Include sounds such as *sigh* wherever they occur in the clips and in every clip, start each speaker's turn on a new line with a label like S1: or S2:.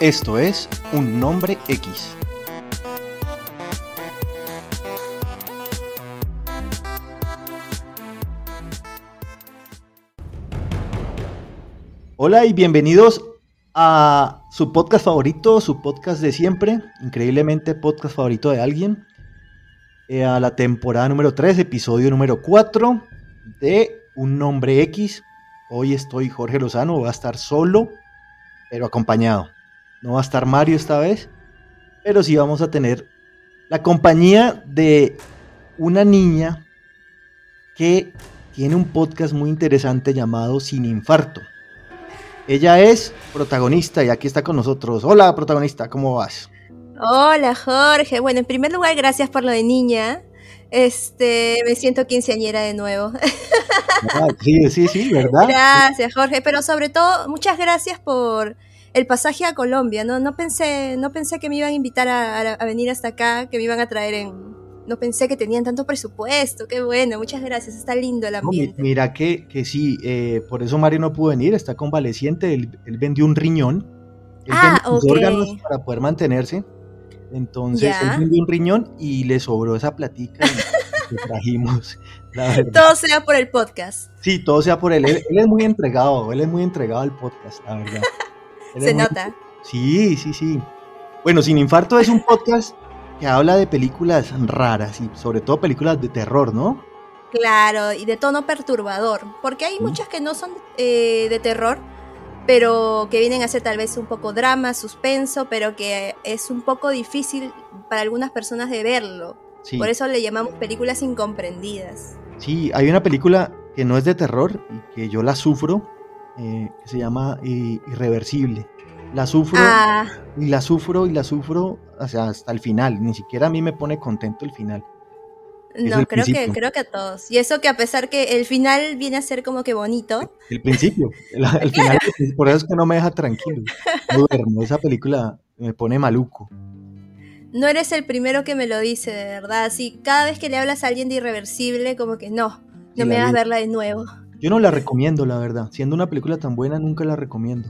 S1: Esto es un nombre X. Hola y bienvenidos a su podcast favorito, su podcast de siempre, increíblemente podcast favorito de alguien, eh, a la temporada número 3, episodio número 4 de Un nombre X. Hoy estoy Jorge Lozano, voy a estar solo, pero acompañado. No va a estar Mario esta vez, pero sí vamos a tener la compañía de una niña que tiene un podcast muy interesante llamado Sin Infarto. Ella es protagonista y aquí está con nosotros. Hola, protagonista, ¿cómo vas?
S2: Hola, Jorge. Bueno, en primer lugar, gracias por lo de niña. Este, me siento quinceañera de nuevo. *laughs*
S1: Ah, sí, sí, sí, ¿verdad?
S2: Gracias, Jorge, pero sobre todo, muchas gracias por el pasaje a Colombia, ¿no? No pensé, no pensé que me iban a invitar a, a, a, venir hasta acá, que me iban a traer en... No pensé que tenían tanto presupuesto, qué bueno, muchas gracias, está lindo el ambiente.
S1: No, mira que, que sí, eh, por eso Mario no pudo venir, está convaleciente, él, él vendió un riñón, él
S2: ah,
S1: vendió
S2: okay.
S1: órganos para poder mantenerse, entonces
S2: Ya.
S1: él vendió un riñón y le sobró esa platica
S2: *laughs*
S1: y le trajimos, la verdad.
S2: Todo sea por el podcast.
S1: Sí, todo sea por él. él, él es muy entregado, él es muy entregado al podcast, la
S2: *laughs*
S1: verdad. Él es
S2: Se
S1: muy-
S2: nota.
S1: Sí, sí, sí. Bueno, Sin Infarto es un podcast que habla de películas raras y sobre todo películas de terror, ¿no?
S2: Claro, y de tono perturbador, porque hay
S1: Ujú.
S2: muchas que no son eh, de terror, pero que vienen a ser tal vez un poco drama, suspenso, pero que es un poco difícil para algunas personas de verlo.
S1: Sí,
S2: Por eso le llamamos películas incomprendidas.
S1: sí, hay una película que no es de terror y que yo la sufro, eh, que se llama eh, Irreversible. La sufro
S2: Ah,
S1: y la sufro y la sufro o sea, hasta el final, ni siquiera a mí me pone contento el final. es el
S2: no, creo que,
S1: principio.
S2: creo que a todos. Y eso que a pesar que el final viene a ser como que bonito,
S1: El principio, *laughs* el, el final, por eso es que no me deja tranquilo. No duermo, esa película me pone maluco.
S2: no eres el primero que me lo dice, de verdad. Así, cada vez que le hablas a alguien de irreversible, como que no,
S1: Sí,
S2: no me
S1: la
S2: hagas
S1: vi.
S2: verla de nuevo.
S1: Yo no la recomiendo, la verdad. Siendo una película tan buena, nunca la recomiendo.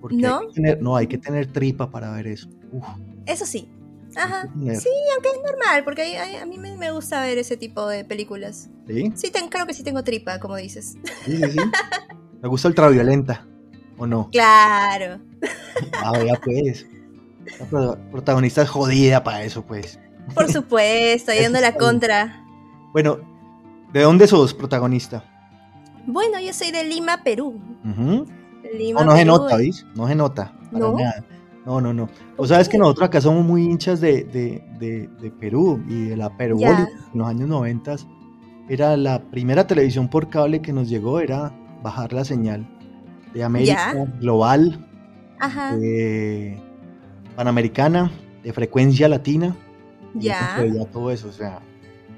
S1: Porque
S2: ¿No?
S1: Hay que tener, no, hay que tener tripa para ver eso. Uf,
S2: Eso sí. Ajá.
S1: hay que tener-
S2: Sí, aunque es normal, porque hay- hay- a mí me, me gusta ver ese tipo de películas.
S1: ¿Sí?
S2: Sí, ten- creo que sí tengo tripa, como dices. *laughs*
S1: sí, sí, sí. Me gusta ultraviolenta, ¿o no?
S2: Claro.
S1: Ah, vea, pues. La pro- protagonista es jodida para eso, pues.
S2: Por supuesto,
S1: Eso
S2: yendo a
S1: está
S2: la
S1: bien.
S2: contra.
S1: Bueno, ¿de dónde sos protagonista?
S2: Bueno, yo soy de Lima, Perú.
S1: Ujú.
S2: Lima,
S1: Ah, No, no se
S2: Perú,
S1: nota, ¿ves? No se nota, para
S2: ¿No?
S1: nada. No, no, no. O sabes que nosotros acá somos muy hinchas de, de- de- de Perú y de la Perú
S2: Ya.
S1: En los años 90 era la primera televisión por cable que nos llegó, era bajar la señal de América Global,
S2: Ajá.
S1: de Panamericana, de frecuencia latina. y
S2: Ya.
S1: entonces veía todo eso, o sea,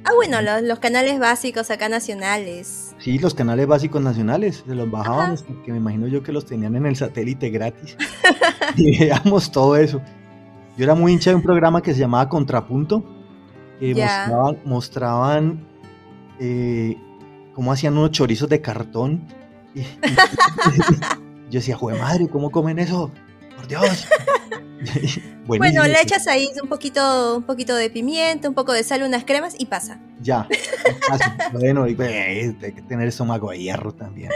S2: Ah, bueno, los, los canales básicos acá nacionales.
S1: sí, los canales básicos nacionales se los bajaban,
S2: Ajá.
S1: hasta que me imagino yo que los tenían en el satélite gratis. *laughs* y veíamos todo eso. Yo era muy hincha de un programa que se llamaba Contrapunto, que
S2: Ya.
S1: mostraban, mostraban eh, cómo hacían unos chorizos de cartón. Y, *laughs* y- yo decía, joder madre, ¿cómo comen eso? Por Dios. *laughs* Buenísimo.
S2: Bueno, le echas ahí un poquito, un poquito de pimienta, un poco de sal, unas cremas y pasa.
S1: Ya. Así, bueno, y, eh, hay que tener estómago de hierro también.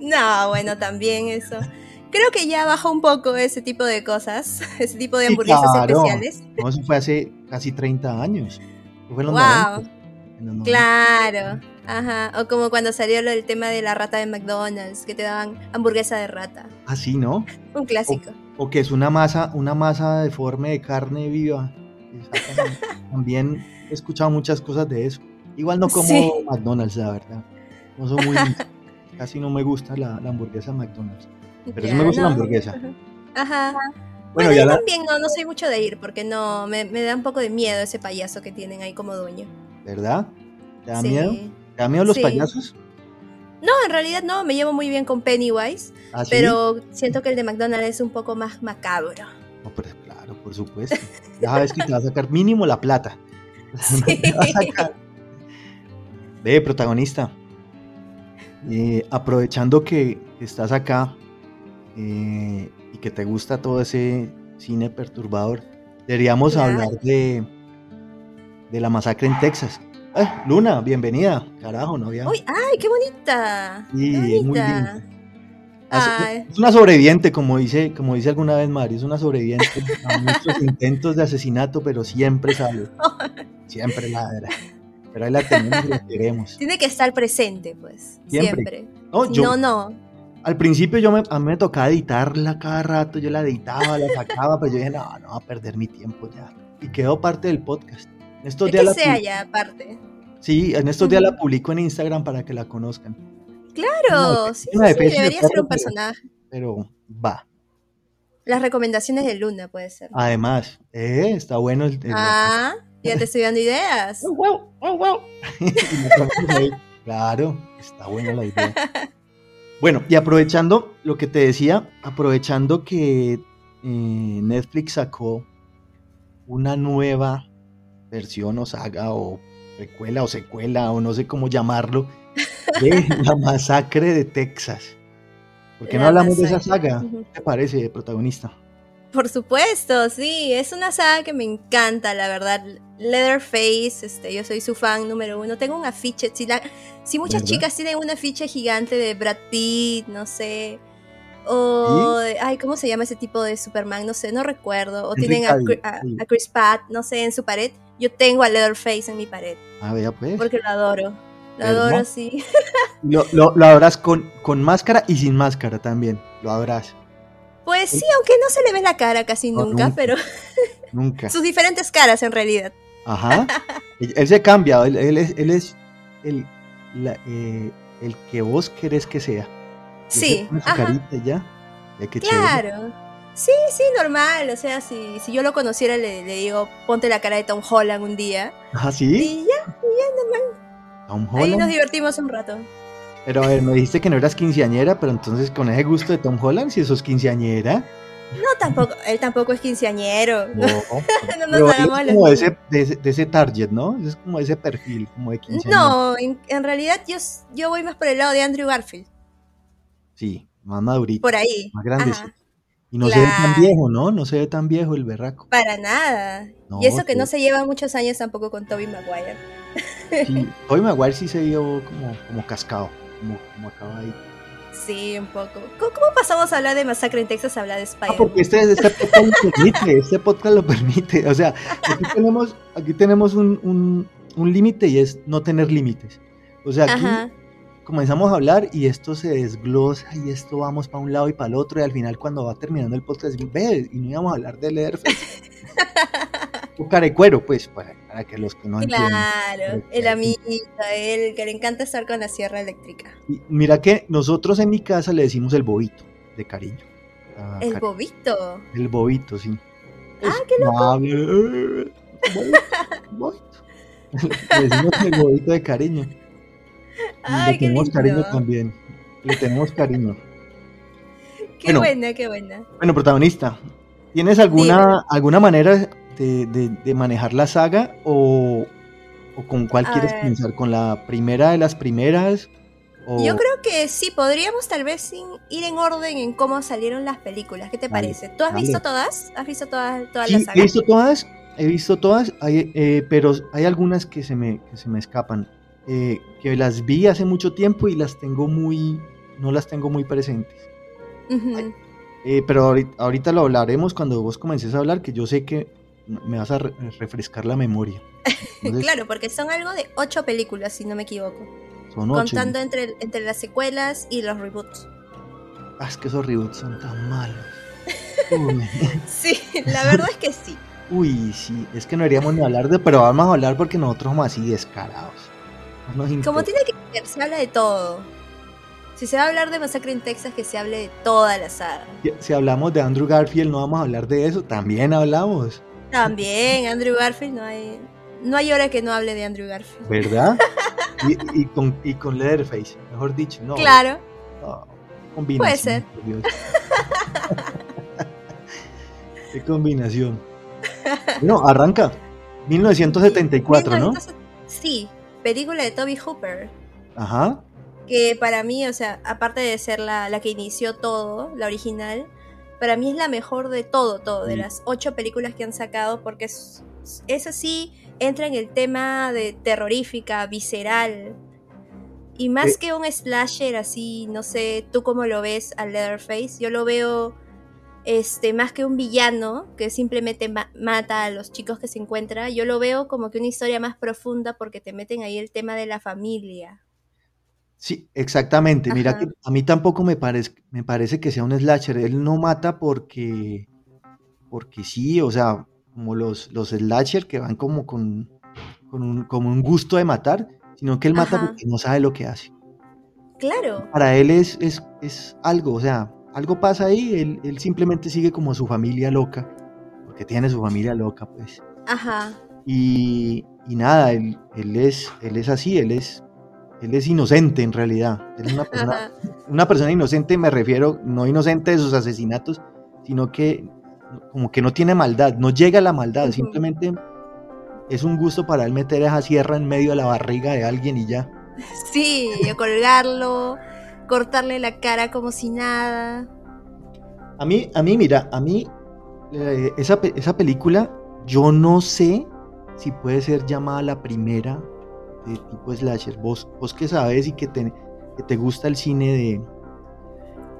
S2: No, bueno, también eso. Creo que ya bajó un poco ese tipo de cosas, *laughs* ese tipo de
S1: Sí,
S2: hamburguesas
S1: claro.
S2: especiales.
S1: No, eso fue hace casi 30 años. Eso fue en los
S2: Wow.
S1: 90, en los 90.
S2: Claro, ajá. O como cuando salió lo del tema de la rata de McDonald's, que te daban hamburguesa de rata.
S1: Así, Ah, ¿no?
S2: Un clásico.
S1: O que es una masa, una masa deforme de carne viva.
S2: *laughs*
S1: Exactamente. También he escuchado muchas cosas de eso. Igual no como
S2: Sí.
S1: McDonald's, la verdad. No soy muy. casi no me gusta la, la hamburguesa McDonald's. Pero sí
S2: Ya,
S1: me gusta la
S2: ¿no?
S1: hamburguesa.
S2: Ajá.
S1: Bueno,
S2: Bueno,
S1: ya
S2: yo
S1: la-
S2: también no, no soy mucho de ir porque no, me, me da un poco de miedo ese payaso que tienen ahí como dueño.
S1: ¿Verdad? ¿Te da
S2: Sí.
S1: miedo? ¿Te da miedo los
S2: Sí.
S1: payasos?
S2: No, en realidad no, me llevo muy bien con Pennywise,
S1: ¿Ah, sí?
S2: pero siento que el de McDonald's es un
S1: *laughs*
S2: poco más macabro.
S1: No, pero claro, por supuesto. Ya sabes que te va a sacar mínimo la plata.
S2: Sí.
S1: *laughs* Ve, protagonista. eh, aprovechando que estás acá eh, y que te gusta todo ese cine perturbador, deberíamos
S2: Claro.
S1: hablar de, de la masacre en Texas. Eh, Luna, bienvenida. Carajo, no había.
S2: Uy, ay, qué bonita.
S1: Sí,
S2: qué
S1: es muy
S2: bonita.
S1: linda. Hace-
S2: Ay.
S1: Es una sobreviviente, como dice, como dice alguna vez Mari, es una sobreviviente a muchos intentos de asesinato, pero siempre
S2: *laughs*
S1: sale. Siempre ladra. Pero ahí la tenemos y la queremos.
S2: Tiene que estar presente, pues.
S1: Siempre.
S2: Siempre.
S1: No,
S2: Si
S1: yo,
S2: no, no.
S1: Al principio yo me, a mí me tocaba editarla cada rato, yo la editaba, la sacaba, pero yo dije, no, no va a perder mi tiempo ya. Y quedó parte del podcast. En estos
S2: Es
S1: días
S2: que
S1: la,
S2: Este sea
S1: pu-
S2: ya aparte.
S1: sí, en estos días
S2: Ujú.
S1: la publico en Instagram para que la conozcan. Una de-
S2: Claro, sí,
S1: una de
S2: sí, sí,
S1: peces de
S2: debería ser
S1: perro,
S2: un personaje.
S1: Pero va.
S2: Las recomendaciones de Luna puede ser.
S1: Ah, Además, eh, está bueno el... el-
S2: Ah, ya te estoy dando ideas. oh,
S1: *laughs* Y la ponemos ahí. Claro, está buena la idea. Bueno, y aprovechando lo que te decía, aprovechando que eh, Netflix sacó una nueva versión o saga o precuela o secuela o no sé cómo llamarlo,
S2: *laughs*
S1: de la masacre de Texas. ¿Por qué no
S2: La
S1: hablamos de esa
S2: masacre.
S1: saga?
S2: Ujú.
S1: ¿Qué te parece, protagonista?
S2: Por supuesto, sí, es una saga que me encanta, la verdad. Leatherface, este, yo soy su fan número uno. Tengo un afiche, si, la- si muchas
S1: ¿Verdad?
S2: chicas tienen un afiche gigante de Brad Pitt, no sé. O, de- ay, ¿cómo se llama ese tipo de Superman? No sé, no recuerdo. O
S1: Henry
S2: tienen a,
S1: Cavill,
S2: Cri- a-
S1: sí.
S2: a Chris Pratt, no sé, en su pared. Yo tengo a Leatherface en mi pared,
S1: Ah, vea pues.
S2: porque lo adoro. Lo
S1: ¿Verdad?
S2: adoro, sí.
S1: Lo, lo, lo habrás con, con máscara y sin máscara también. Lo habrás.
S2: Pues sí, aunque no se le ve la cara casi
S1: No,
S2: nunca,
S1: nunca.
S2: pero
S1: Nunca.
S2: sus diferentes caras en realidad.
S1: Ajá. él, él se cambia, él, él es, él es el, la- eh, el que vos querés que sea. Y él se
S2: Sí,
S1: pone su
S2: ajá.
S1: carita y ya. Ya que chévere.
S2: Claro. Sí, sí, normal. O sea, si, si yo lo conociera, le, le digo, ponte la cara de Tom Holland un día.
S1: Ajá, sí.
S2: Y ya,
S1: Tom
S2: ahí nos
S1: Holland.
S2: divertimos un rato.
S1: Pero a ver, me dijiste que no eras quinceañera, pero entonces con ese gusto de Tom Holland, si sos quinceañera.
S2: *laughs* No, tampoco, él tampoco es quinceañero.
S1: No.
S2: No, nos
S1: Pero él
S2: hagamos
S1: es
S2: los
S1: como de
S2: niños.
S1: ese, de, ese, de ese target, ¿no? Es como de ese perfil, como de quinceañera.
S2: No, en, en realidad yo, s- yo voy más por el lado de Andrew Garfield.
S1: Sí, más madurito,
S2: Por ahí.
S1: más grandecito.
S2: Ajá.
S1: Y no se ve tan
S2: Claro.
S1: viejo, ¿no? No se ve tan viejo el berraco.
S2: Para nada.
S1: No,
S2: y eso que
S1: sí.
S2: no se lleva muchos años tampoco con Toby Maguire.
S1: Sí, Tobey Maguire sí se vio como, como cascado, como, como acaba ahí.
S2: Sí, un poco. ¿Cómo, cómo pasamos a hablar de Masacre en Texas a hablar de
S1: Ah,
S2: Spider-Man?
S1: porque este, este podcast lo permite, este podcast lo permite. O sea, aquí tenemos, aquí tenemos un, un- un límite y es no tener límites. O sea, aquí
S2: Ajá.
S1: comenzamos a hablar y esto se desglosa y esto vamos para un lado y para el otro y al final cuando va terminando el podcast, decimos, ve, y no íbamos a hablar de
S2: *laughs*
S1: Leatherface. o carecuero, pues, para, para que los que no entiendan.
S2: Claro, el amiguito, el que le encanta estar con la sierra eléctrica.
S1: Y Mira que nosotros en mi casa le decimos el bobito, de cariño. Ah,
S2: El
S1: cari-
S2: bobito.
S1: El bobito, sí.
S2: Ah,
S1: qué loco. Bobito. *laughs* Le decimos el bobito de cariño.
S2: Ay,
S1: le
S2: qué
S1: tenemos
S2: lindo.
S1: cariño también. Le tenemos cariño.
S2: Qué
S1: Bueno.
S2: buena, qué buena.
S1: Bueno, protagonista, ¿tienes alguna, alguna manera de, de- de manejar la saga o, o con cuál
S2: A
S1: quieres
S2: ver.
S1: comenzar? ¿Con la primera de las primeras? O...
S2: Yo creo que sí, podríamos tal vez sin ir en orden en cómo salieron las películas. ¿Qué te
S1: Dale,
S2: parece? ¿Tú has
S1: dale.
S2: visto todas? ¿Has visto todas, todas
S1: Sí,
S2: las
S1: he
S2: sagas?
S1: visto todas, he visto todas, hay, eh, pero hay algunas que se me, que se me escapan, eh, que las vi hace mucho tiempo y las tengo muy, no las tengo muy presentes.
S2: Ujú.
S1: Eh, pero ahorita, ahorita lo hablaremos cuando vos comences a hablar, que yo sé que me vas a re- refrescar la memoria. Entonces,
S2: Claro, porque son algo de ocho películas, si no me equivoco.
S1: son ocho.
S2: Contando entre, entre las secuelas y
S1: *laughs*
S2: los reboots.
S1: Ah, es que esos reboots son tan malos. Uy, *laughs*
S2: Sí, la verdad es que sí.
S1: uy, sí, es que no deberíamos ni hablar de, pero vamos a hablar porque nosotros somos así descarados. No nos
S2: Como
S1: importa.
S2: tiene que ser, se habla de todo. Si se va a hablar de Masacre en Texas, que se hable de toda la saga.
S1: Si- Si hablamos de Andrew Garfield, no vamos a hablar de eso. También hablamos,
S2: También, Andrew Garfield, no hay, no hay hora que no hable de Andrew Garfield. *laughs*
S1: ¿verdad? y, y con, y con Leatherface, mejor dicho, no.
S2: Claro,
S1: no, combinación,
S2: Puede ser.
S1: por Dios. *laughs* Qué combinación. Bueno, arranca. 1974, ¿no?
S2: Sí, película de Toby Hooper.
S1: Ajá.
S2: Que para mí, o sea, aparte de ser la, la que inició todo, la original, para mí es la mejor de todo, todo, de
S1: Sí.
S2: las ocho películas que han sacado, porque es, es así, entra en el tema de terrorífica, visceral. Y más
S1: Eh.
S2: que un slasher así, no sé, tú cómo lo ves al Leatherface, yo lo veo este, más que un villano que simplemente ma- mata a los chicos que se encuentra, yo lo veo como que una historia más profunda porque te meten ahí el tema de la familia.
S1: Sí, exactamente. Mira
S2: Ajá.
S1: que a mí tampoco me parece, me parece que sea un slasher. Él no mata porque, porque sí, o sea, como los, los slasher que van como con, con un, como un gusto de matar, sino que él mata
S2: Ajá.
S1: porque no sabe lo que hace.
S2: Claro.
S1: Para él es, es, es algo, o sea, algo pasa ahí, él, él simplemente sigue como su familia loca, porque tiene su familia loca, pues.
S2: Ajá.
S1: Y, y nada, él, él es, él es así, él es, él es inocente en realidad. Él es una persona,
S2: Ajá.
S1: una persona inocente, me refiero, no inocente de sus asesinatos, sino que como que no tiene maldad, no llega a la maldad,
S2: Ujú.
S1: simplemente es un gusto para él meter esa sierra en medio de la barriga de alguien y ya.
S2: Sí, o colgarlo, cortarle la cara como si nada.
S1: A mí, a mí, mira, a mí eh, esa, pe- esa película, yo no sé si puede ser llamada la primera de tipo slasher. Vos, vos que sabes y que te, que te gusta el cine de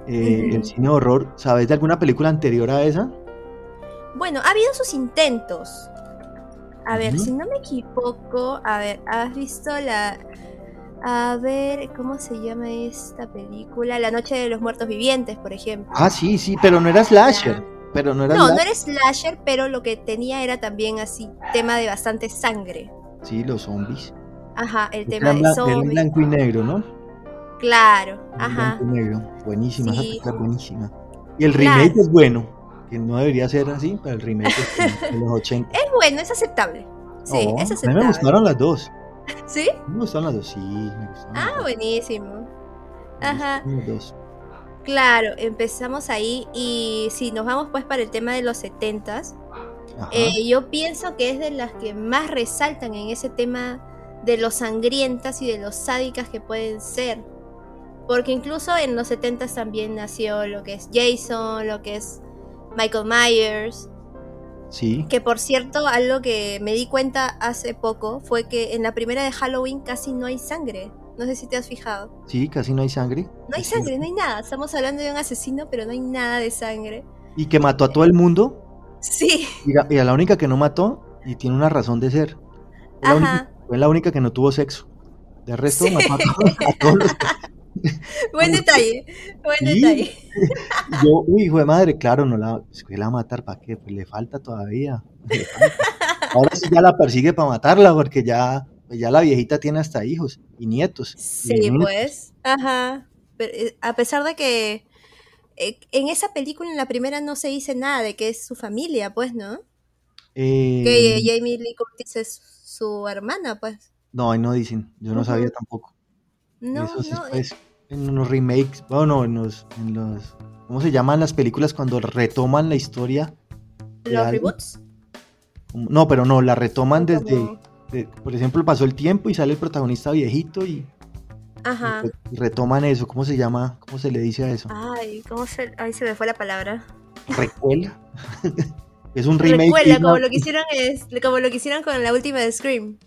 S1: eh,
S2: Ujú.
S1: el cine de horror, ¿sabes de alguna película anterior a esa?
S2: Bueno, ha habido sus intentos. A ver,
S1: Ujú.
S2: si no me equivoco, a ver, ¿has visto la... A ver, ¿cómo se llama esta película? La Noche de los Muertos Vivientes, por ejemplo.
S1: Ah, sí, sí, pero no era slasher.
S2: Ya.
S1: Pero no era
S2: No,
S1: sla-
S2: no era slasher, pero lo que tenía era también así, tema de bastante sangre.
S1: Sí, los zombies.
S2: Ajá, el
S1: Era
S2: tema
S1: en
S2: de
S1: blan- era en
S2: zombies.
S1: blanco y negro, ¿no?
S2: Claro,
S1: En
S2: ajá.
S1: blanco y negro. Buenísima, esa
S2: Sí.
S1: película es buenísima. Y el
S2: Claro.
S1: remake es bueno. Que no debería ser así, pero el remake es bueno, de los 80.
S2: *laughs* Es bueno, es aceptable.
S1: Oh,
S2: Sí, es
S1: a mí me
S2: aceptable.
S1: gustaron las dos.
S2: ¿Sí?
S1: Me gustaron las dos, sí, me gustaron. las
S2: Ah,
S1: dos,
S2: buenísimo.
S1: me
S2: ajá.
S1: gustaron las dos.
S2: Claro, empezamos ahí y si nos vamos pues para el tema de los 70s,
S1: Ajá.
S2: eh, yo pienso que es de las que más resaltan en ese tema de los sangrientas y de los sádicas que pueden ser. Porque incluso en los 70s también nació lo que es Jason, lo que es Michael Myers,
S1: sí.
S2: que por cierto, algo que me di cuenta hace poco fue que en la primera de Halloween casi no hay sangre. No sé si te has fijado.
S1: Sí, casi no hay sangre.
S2: No hay
S1: es cierto.
S2: sangre, no hay nada. Estamos hablando de un asesino, pero no hay nada de sangre.
S1: Y que mató a todo el mundo.
S2: Sí, *laughs*
S1: Y la, y a la única que no mató, y tiene una razón de ser. Fue la, única,
S2: Ajá.
S1: fue la única que no tuvo sexo. De resto,
S2: Sí.
S1: mató a todos, a todos los
S2: *laughs*
S1: que.
S2: buen detalle, buen
S1: Sí.
S2: detalle.
S1: y Yo, uy, hijo de madre, claro, no la. Es que la va a matar, ¿para qué? Pues le falta todavía. *laughs* le falta. Ahora sí ya la persigue para matarla, porque ya, pues ya la viejita tiene hasta hijos y nietos. y
S2: Sí,
S1: bisnietos.
S2: pues. Ajá. Pero, eh, a pesar de que eh, en esa película, en la primera, no se dice nada de que es su familia, pues, ¿no?
S1: Eh,
S2: Que eh, Jamie Lee Curtis es su hermana, pues.
S1: No, ahí no dicen. Yo no sabía
S2: Ujú.
S1: tampoco.
S2: No,
S1: Eso sí,
S2: no. eh,
S1: pues, en los remakes, bueno, en los, en los, ¿cómo se llaman las películas cuando retoman la historia? de
S2: los
S1: algo?
S2: reboots.
S1: No, pero no, la retoman desde,
S2: Como-
S1: de- por ejemplo, pasó el tiempo y sale el protagonista viejito y, y
S2: Ajá. Ah.
S1: re- y retoman eso. ¿Cómo se llama? ¿Cómo se le dice a eso?
S2: Ay, ¿cómo se.? Ay, se me fue la palabra.
S1: Recuela. *laughs* es un remake. y
S2: Recuela,
S1: una-
S2: como lo que hicieron es, como lo que hicieron con la última de Scream.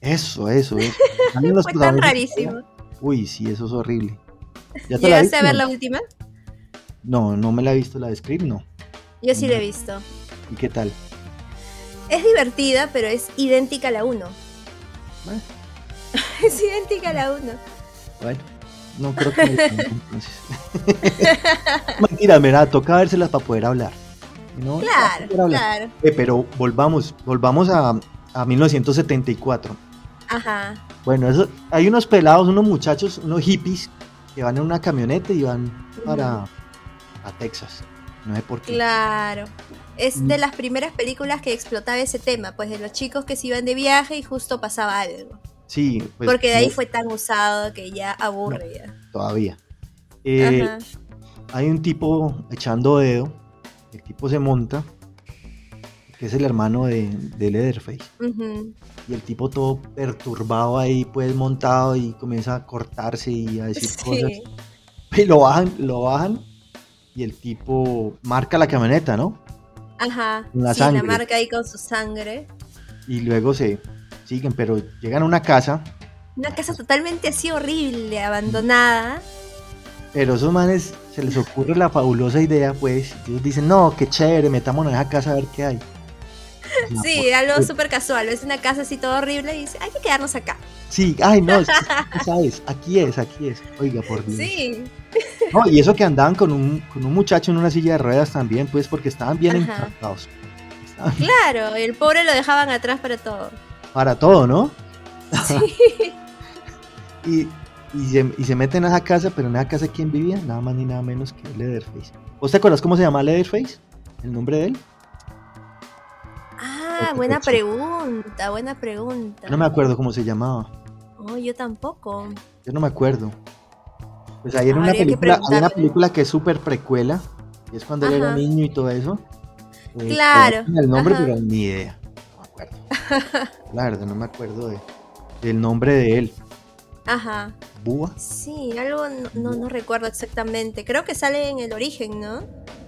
S1: Eso, eso,
S2: *laughs*
S1: eso. Salen los
S2: Fue tan
S1: protagonistas que
S2: rarísimo.
S1: hablan. Uy, sí, eso es horrible. ¿Ya te la
S2: ¿Llegaste
S1: viste?
S2: a ver
S1: no?
S2: la última?
S1: No, no me la he visto la de Scream, no.
S2: Yo sí la he visto.
S1: ¿Y qué tal?
S2: Es divertida, pero es idéntica a la 1.
S1: Bueno.
S2: *laughs* Es idéntica a la 1.
S1: Ah, Bueno, no creo que me la ponga, entonces.
S2: *laughs*
S1: *laughs* Mentira, mira, toca vérselas para poder hablar. No, para
S2: Claro,
S1: poder hablar.
S2: claro.
S1: Eh, pero volvamos, volvamos a, a 1974.
S2: Ajá.
S1: Bueno, eso, hay unos pelados, unos muchachos, unos hippies que van en una camioneta y van para a Texas. No sé por qué.
S2: Claro. Es
S1: Mm.
S2: de las primeras películas que explotaba ese tema, pues de los chicos que se iban de viaje y justo pasaba algo.
S1: Sí, pues,
S2: Porque de ahí
S1: no,
S2: fue tan usado que ya aburre. ya.
S1: todavía. Eh,
S2: Ajá.
S1: hay un tipo echando dedo, el tipo se monta, que es el hermano de, de Leatherface.
S2: Ujú.
S1: Y el tipo todo perturbado ahí, pues montado y comienza a cortarse y a decir cosas.
S2: Sí.
S1: *laughs* Y lo bajan, lo bajan. Y el tipo marca la camioneta, ¿no?
S2: Ajá.
S1: La
S2: sí,
S1: sangre.
S2: la marca ahí con su sangre.
S1: Y luego se siguen, pero llegan a una casa.
S2: Una casa totalmente así horrible, abandonada.
S1: Pero esos manes se les ocurre la fabulosa idea, pues. y Ellos dicen, no, qué chévere, metámonos en esa casa a ver qué hay. Y la
S2: Sí, algo súper casual. Es una casa así todo horrible y dice, hay que quedarnos acá.
S1: Sí, ay, no, es que esa es, aquí es, aquí es. Oiga, por Dios.
S2: Sí.
S1: No, y eso que andaban con un, con un muchacho en una silla de ruedas también, pues, porque estaban bien
S2: Ajá.
S1: encantados.
S2: *laughs* Claro, el pobre lo dejaban atrás para *laughs* todo.
S1: Para todo, ¿no? Sí. y, y, se, y se meten a esa casa, pero en esa casa, ¿quién vivía? Nada más ni nada menos que Leatherface. ¿Vos te acuerdas cómo se llama Leatherface? ¿El nombre de él?
S2: Ah,
S1: Otro
S2: buena
S1: coche.
S2: pregunta, buena pregunta.
S1: Yo no me acuerdo cómo se llamaba.
S2: Oh, yo tampoco.
S1: Yo no me acuerdo. Pues ahí en una
S2: Habría que
S1: película, hay una
S2: preguntarle.
S1: película que es súper precuela, y es cuando él era
S2: Ajá.
S1: niño y todo eso. Eh,
S2: Claro,
S1: colocan El nombre,
S2: ajá.
S1: pero ni idea. No me acuerdo. La verdad, no me acuerdo de- del nombre de él.
S2: Ajá.
S1: ¿Búa?
S2: Sí, algo no, no, no recuerdo exactamente. Creo que sale en el origen, ¿no?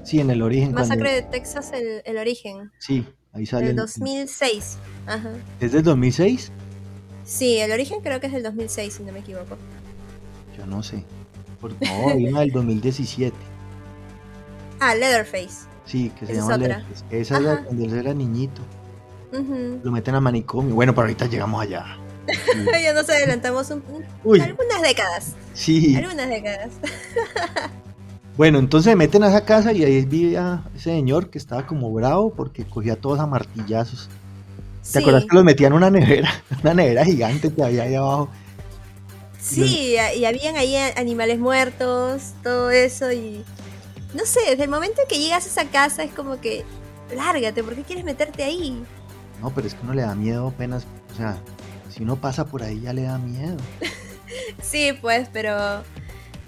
S1: Sí, en el origen. cuando-
S2: Masacre de Texas, el, el origen.
S1: Sí, ahí sale.
S2: Del
S1: el-
S2: 2006. Ajá.
S1: ¿Es del 2006?
S2: Sí, el origen creo que es del 2006, si no me equivoco.
S1: Yo no sé. Por- no, hay una del 2017.
S2: Ah, Leatherface.
S1: Sí, que se
S2: Esa es
S1: llama
S2: otra.
S1: Leatherface. Esa es la
S2: Ajá.
S1: cuando él era niñito.
S2: Ujú.
S1: Lo meten a manicomio. Bueno, pero ahorita llegamos allá.
S2: *laughs* ya nos adelantamos un- un-
S1: Uy,
S2: algunas décadas.
S1: sí.
S2: Algunas décadas.
S1: Bueno, entonces se meten a esa casa y ahí vivía ese señor que estaba como bravo porque cogía todos a martillazos. ¿Te
S2: Sí,
S1: acuerdas que los metían en una nevera? *laughs* Una nevera gigante que había ahí abajo.
S2: sí, a- y habían ahí a- animales muertos, todo eso y... No sé, desde el momento en que llegas a esa casa es como que... Lárgate, ¿por qué quieres meterte ahí?
S1: No, pero es que uno le da miedo apenas. O sea, si uno pasa por ahí ya le da miedo.
S2: Sí, pues, pero...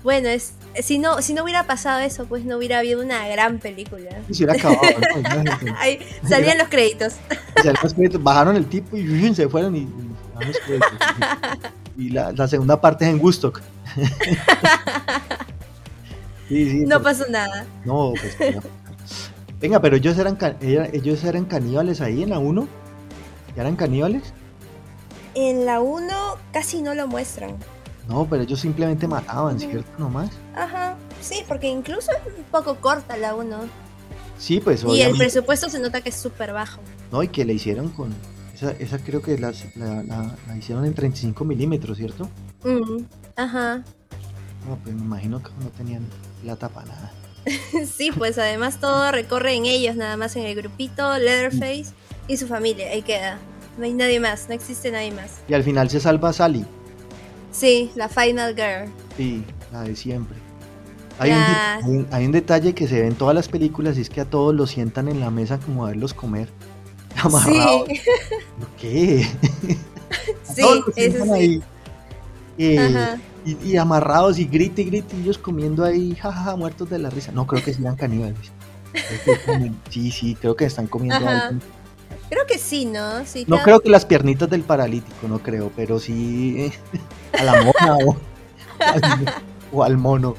S2: Bueno, es si no, si no hubiera pasado eso, pues no hubiera habido una gran película.
S1: Y se hubiera acabado.
S2: *laughs*
S1: ¿no? Imagínate.
S2: Ahí salían los créditos.
S1: O sea, los créditos, bajaron el tipo y ¡uy! se fueron y, y bajaron los créditos. Y la, la segunda parte es en Woodstock. *laughs* sí, sí,
S2: No
S1: pero-
S2: pasó nada.
S1: no, pues, no. Venga, pero ellos eran, ca- era- ellos eran caníbales ahí en la 1. ¿Ya eran caníbales?
S2: En la 1 casi no lo muestran.
S1: No, pero ellos simplemente mataban,
S2: Ujú.
S1: ¿cierto? Nomás.
S2: Ajá, sí, porque incluso es un poco corta la 1.
S1: Sí, pues
S2: Y el
S1: obviamente.
S2: presupuesto se nota que es súper bajo.
S1: No, y que le hicieron con. Esa, esa creo que la, la- la- la hicieron en 35 milímetros, ¿cierto?
S2: Mm, Ajá. *laughs*
S1: No, pues me imagino que no tenían plata para nada.
S2: Sí, pues además todo recorre en ellos, nada más en el grupito, Leatherface y su familia. Ahí queda. No hay nadie más, no existe nadie más.
S1: Y al final se salva Sally.
S2: Sí, la Final Girl.
S1: Sí, la de siempre. Hay, un,
S2: Ya.
S1: hay un- hay un detalle que se ve en todas las películas y es que a todos los sientan en la mesa como a verlos comer. *laughs* Amarrados.
S2: Sí, *laughs*
S1: ¿Por qué? A
S2: sí,
S1: todos los sientan
S2: eso sí.
S1: ahí, eh,
S2: Ajá.
S1: y, y amarrados y grite y grite y ellos comiendo ahí, jajaja, muertos de la risa. No, creo que sí eran caníbales. Creo que comen- Sí, sí, creo que están comiendo
S2: Ajá.
S1: algo.
S2: Creo que sí, ¿no? Sí,
S1: No
S2: ya-
S1: creo que las piernitas del paralítico, no creo, pero sí eh, a la mona o, al, o al mono.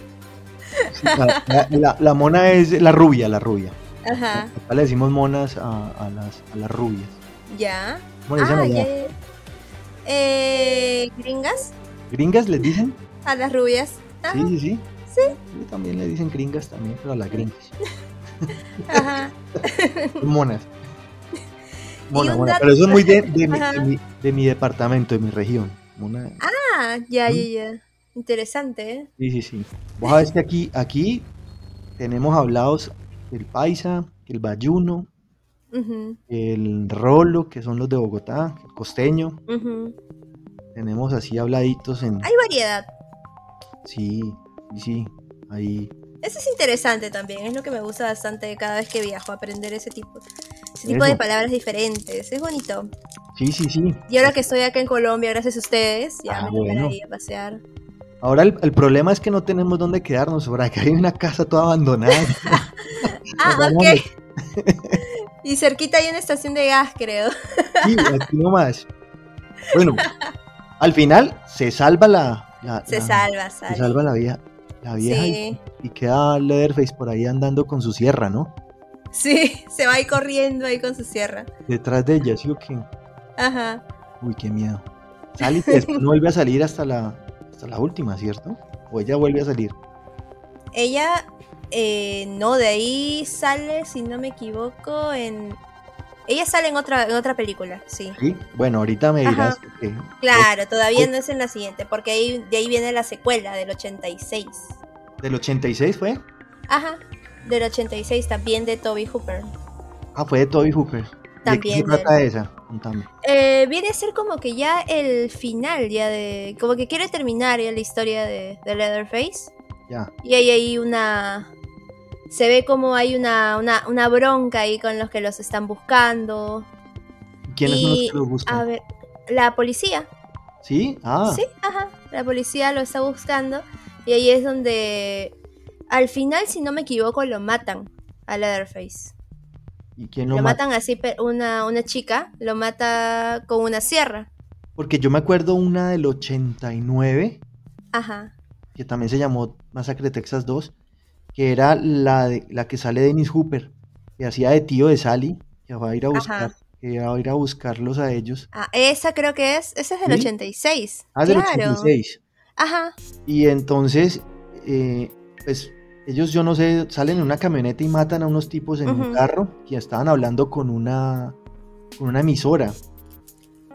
S1: Sí, la- la, la- la mona es la rubia, la rubia.
S2: Ajá.
S1: Acá le decimos monas a, a las, a las rubias.
S2: Ya.
S1: ¿Cómo le dicen
S2: Ah,
S1: allá?
S2: ya. ya. Eh, ¿Gringas?
S1: ¿Gringas les dicen?
S2: A las rubias. Ah, Ajá.
S1: Sí, sí, sí. Sí, También le dicen gringas también, pero a las gringas.
S2: Ajá. *laughs*
S1: Monas. Mona,
S2: un
S1: mona.
S2: dato-
S1: Pero eso es muy de, de mi,
S2: Ajá.
S1: de mi- de mi departamento, de mi región. Mona-
S2: Ah, ya, ya, ya. Interesante, ¿eh?
S1: Sí, sí, sí. Vos sabés que aquí, aquí tenemos hablados el paisa, el bayuno,
S2: Ujú,
S1: el rolo, que son los de Bogotá, el costeño.
S2: ujú.
S1: Tenemos así habladitos en...
S2: Hay variedad.
S1: Sí, sí, sí, ahí.
S2: Eso es interesante también. Es lo que me gusta bastante cada vez que viajo, aprender ese tipo, ese tipo
S1: Eso.
S2: de palabras diferentes. Es bonito.
S1: Sí, sí, sí.
S2: Y ahora que estoy acá en Colombia, gracias a ustedes, ya
S1: Ah,
S2: me tocará
S1: bueno.
S2: ir a pasear.
S1: Ahora el, el problema es que no tenemos dónde
S2: *laughs*
S1: quedarnos. Por acá hay una casa toda abandonada.
S2: Ah,
S1: Nos vamos
S2: ok. Y cerquita hay una estación de gas, creo. *laughs*
S1: Sí, aquí nomás. Bueno, al final se salva la. la-
S2: Se
S1: la-
S2: salva,
S1: Ah, Se
S2: sale.
S1: salva la vieja. La vieja
S2: Sí.
S1: y, y queda Leatherface por ahí andando con su sierra, ¿no?
S2: Sí, *laughs* se va ahí corriendo ahí con su sierra.
S1: Detrás de ella, ¿sí o qué?
S2: Ajá.
S1: Uy, qué miedo.
S2: *laughs*
S1: Sale y después no vuelve a salir hasta la, hasta la última, ¿cierto? O ella vuelve a salir.
S2: Ella, eh, no, de ahí sale, si no me equivoco, en... Ella sale en otra, en otra película, sí.
S1: Sí. Bueno, ahorita me dirás. que-
S2: Claro, todavía no es en la siguiente, porque ahí, de ahí viene la secuela del 86.
S1: ¿Del 86 fue?
S2: Ajá, del 86 también de Toby Hooper.
S1: Ah, fue de Toby Hooper. ¿Y de qué se
S2: También de él.
S1: trata esa? Contame.
S2: Eh, viene a ser como que ya el final, ya de... Como que quiere terminar ya la historia de, de Leatherface.
S1: Ya.
S2: Y hay ahí una... Se ve como hay una, una, una bronca ahí con los que los están buscando.
S1: ¿Quiénes son los
S2: Y,
S1: que lo buscan?
S2: A ver, la policía.
S1: ¿Sí? Ah,
S2: Sí, ajá. La policía lo está buscando. Y ahí es donde... Al final, si no me equivoco, lo matan a Leatherface.
S1: ¿y quién
S2: Lo,
S1: lo mata?
S2: matan así, pe- una, una chica lo mata con una sierra.
S1: Porque yo me acuerdo una del 89,
S2: Ajá.
S1: que también se llamó Masacre de Texas 2, que era la, de- la que sale Dennis Hooper, que hacía de tío de Sally, que va a ir a buscar,
S2: Ajá.
S1: que va a ir a buscarlos a ellos.
S2: Ah, esa creo que es. Esa es del
S1: ¿Sí?
S2: 86.
S1: Ah, del
S2: claro.
S1: 86.
S2: Ajá.
S1: Y entonces, eh, pues ellos, yo no sé, salen en una camioneta y matan a unos tipos en un
S2: Ujú.
S1: carro que estaban hablando con una, con una emisora,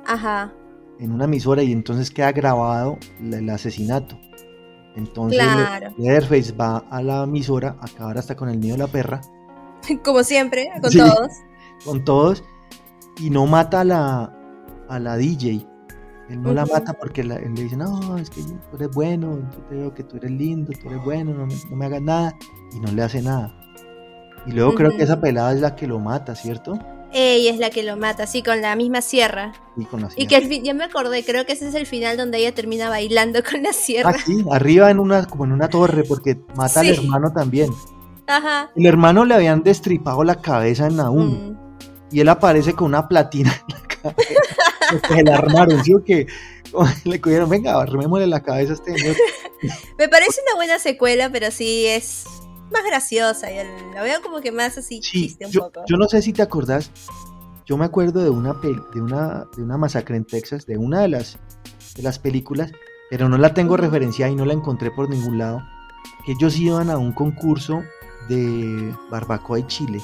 S2: Ajá.
S1: en una emisora, y entonces queda grabado la- el asesinato. Entonces,
S2: Claro.
S1: Leatherface va a la emisora, a acabar hasta con el nido de la perra,
S2: *laughs* Como siempre, con
S1: Sí.
S2: todos.
S1: con todos, y no mata a la, a la DJ. Él no la
S2: Ujú.
S1: mata porque la- él le dice, no, es que tú eres bueno, yo te veo que tú eres lindo, tú eres bueno, no me, no me hagas nada. Y no le hace nada. Y luego creo que
S2: Ujú.
S1: esa pelada es la que lo mata, ¿cierto?
S2: Ella es la que lo mata, así con la misma sierra.
S1: Y con la
S2: Y
S1: sierra.
S2: que al fin, ya me acordé, creo que ese es el final donde ella termina bailando con la
S1: Ah,
S2: sierra.
S1: sí, arriba en una, como en una torre, porque mata al
S2: Sí.
S1: hermano también. Ah,
S2: Ajá.
S1: El hermano le habían destripado la cabeza en la 1
S2: Mm.
S1: y él aparece con una platina en la cabeza. Porque se la armaron, ¿sí o qué? *laughs* Como Le cogieron, venga, armémosle la cabeza a este
S2: *laughs*
S1: señor.
S2: Me parece una buena secuela, pero sí es más graciosa. Yo la veo como que más así
S1: Sí,
S2: chiste un
S1: yo,
S2: poco.
S1: yo no sé si te acordás, yo me acuerdo de una, pel- de una, de una masacre en Texas, de una de las, de las películas, pero no la tengo referenciada y no la encontré por ningún lado, que ellos iban a un concurso de barbacoa de Chile.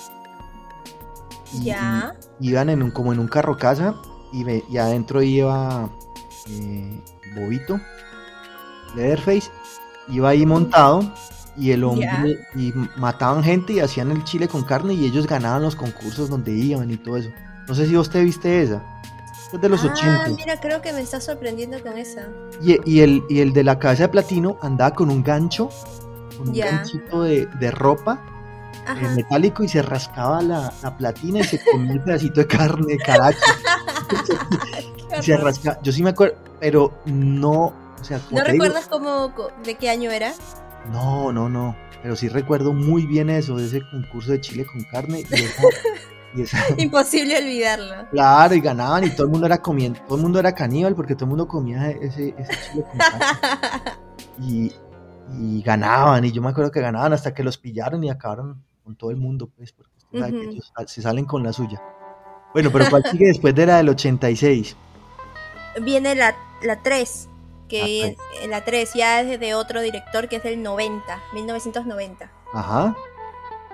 S1: Y-
S2: Ya.
S1: y iban en un, como en un carro casa y, ve- y adentro iba eh, Bobito, Leatherface, iba ahí montado y el hombre y mataban gente y hacían el chile con carne y ellos ganaban los concursos donde iban y todo eso. No sé si vos te viste esa. Es de los
S2: ah,
S1: 80.
S2: mira, creo que me está sorprendiendo con esa.
S1: Y, y el, y el de la cabeza de platino andaba con un gancho, con un
S2: Ya.
S1: ganchito de, de ropa eh,
S2: Ajá.
S1: metálico y se rascaba la, la platina y se comía un pedacito de carne de caracho.
S2: qué
S1: se
S2: horror.
S1: rasca. Yo sí me acuerdo, pero no, o sea, como
S2: ¿No
S1: te digo,
S2: recuerdas cómo, co- de qué año era? *laughs*
S1: no, no, no. Pero sí recuerdo muy bien eso, ese concurso de chile con carne y esa,
S2: *laughs*
S1: y esa-
S2: Imposible olvidarlo. *laughs*
S1: claro, y ganaban y todo el mundo era comiendo, todo el mundo era caníbal porque todo el mundo comía ese, ese chile con carne y, y ganaban y yo me acuerdo que ganaban hasta que los pillaron y acabaron con todo el mundo, pues, porque usted sabe que
S2: Ujú.
S1: ellos sal- se salen con la suya. Bueno, pero ¿cuál sigue después de la del 86?
S2: Viene la, la 3.
S1: La
S2: Que es- la 3 ya es de otro director que es del 90, 1990.
S1: Ajá.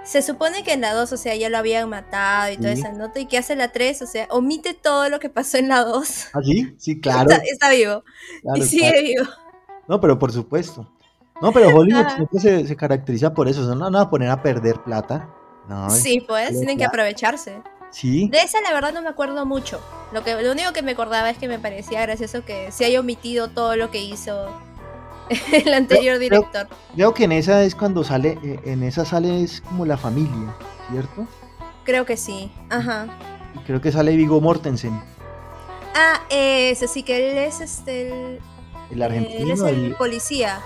S2: Se supone que en la 2, o sea, ya lo habían matado y toda
S1: Sí.
S2: esa nota. ¿Y qué hace la 3? O sea, omite todo lo que pasó en la 2.
S1: ¿Ah, sí? Sí, claro.
S2: Está, está vivo.
S1: claro,
S2: y sigue
S1: claro.
S2: vivo.
S1: No, pero por supuesto. No,
S2: *laughs*
S1: pero Hollywood
S2: Ajá.
S1: siempre se, se caracteriza por eso. o sea, No, no va a poner a perder plata. No,
S2: sí, pues,
S1: claro,
S2: tienen que
S1: claro.
S2: aprovecharse.
S1: sí.
S2: De esa, la verdad, no me acuerdo mucho. Lo, que, lo único que me acordaba es que me parecía gracioso que se haya omitido todo lo que hizo *laughs* el anterior
S1: Creo-
S2: director.
S1: Creo que en esa es cuando sale, eh, en esa sale es como la familia, ¿cierto?
S2: Creo que sí. Ajá.
S1: Y creo que sale Vigo Mortensen,
S2: Ah, ese sí que él es este el,
S1: el
S2: él es
S1: argentino.
S2: el
S1: el-
S2: policía.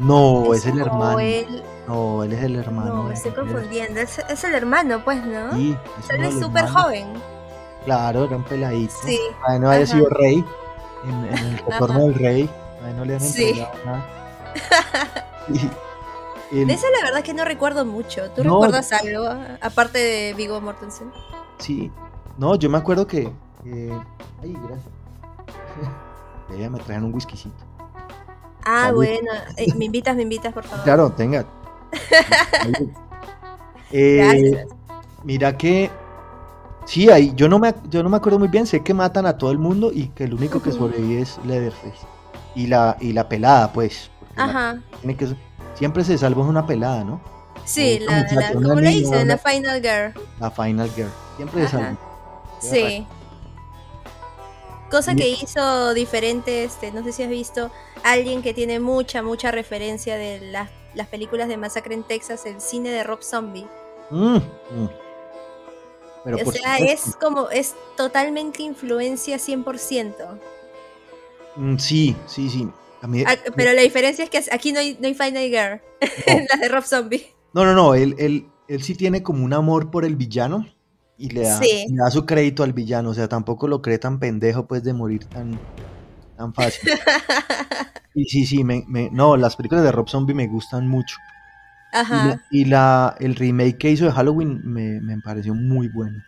S1: No, es, el hermano.
S2: él-
S1: No, él es el hermano.
S2: no,
S1: de-
S2: estoy confundiendo. Es, es el hermano, pues, ¿no?
S1: Sí, es
S2: Él
S1: uno de
S2: es
S1: los
S2: súper
S1: hermanos.
S2: joven.
S1: Claro, era un peladito.
S2: Sí.
S1: Ay, no haya
S2: Ajá.
S1: sido rey en, en
S2: *laughs*
S1: el
S2: Ajá.
S1: retorno del rey. Ay, no le han
S2: Sí.
S1: entregado
S2: *laughs*
S1: nada. Y- en-
S2: De esa la verdad que no recuerdo mucho. ¿Tú
S1: No.
S2: recuerdas algo? Aparte de Vigo Mortensen.
S1: sí. No, yo me acuerdo que. eh, ay, gracias. *laughs* Ya, ya me trajeron un whiskycito.
S2: Ah,
S1: Salud.
S2: bueno. Eh, me invitas, me invitas, por favor.
S1: Claro,
S2: *laughs*
S1: tenga. Salud. Eh,
S2: Gracias.
S1: Mira que. Sí, ahí, yo no, me, ac- yo no me acuerdo muy bien. Sé que matan a todo el mundo y que el único que
S2: Ujú.
S1: sobrevive es Leatherface. Y la, y la pelada, pues. porque la-
S2: Ajá.
S1: tiene que, siempre se salva es una pelada, ¿no?
S2: Sí,
S1: una
S2: la, la-
S1: muchacha, una
S2: como le
S1: niña,
S2: dicen,
S1: una-
S2: la Final Girl.
S1: La Final Girl. Siempre se
S2: Ajá.
S1: salva.
S2: Sí. Cosa
S1: Y-
S2: que hizo diferente, este, no sé si has visto, alguien que tiene mucha, mucha referencia de las, las películas de Masacre en Texas, el cine de Rob Zombie.
S1: Mm, mm. Pero
S2: o
S1: por
S2: sea,
S1: supuesto.
S2: es como, es totalmente influencia 100%.
S1: Mm, sí, sí, sí. A mí- eh,
S2: Ah, Pero la diferencia es que aquí no hay, no hay Final Girl, *laughs* en las de Rob Zombie.
S1: No, no, no. Él, él, él sí tiene como un amor por el villano y le da,
S2: Sí.
S1: le da su crédito al villano. O sea, tampoco lo cree tan pendejo, pues, de morir tan, tan
S2: *laughs*
S1: fácil. y sí, sí, me, me- no, las películas de Rob Zombie me gustan mucho. Y,
S2: Ajá,
S1: la- y la, el remake que hizo de Halloween me, me pareció muy bueno.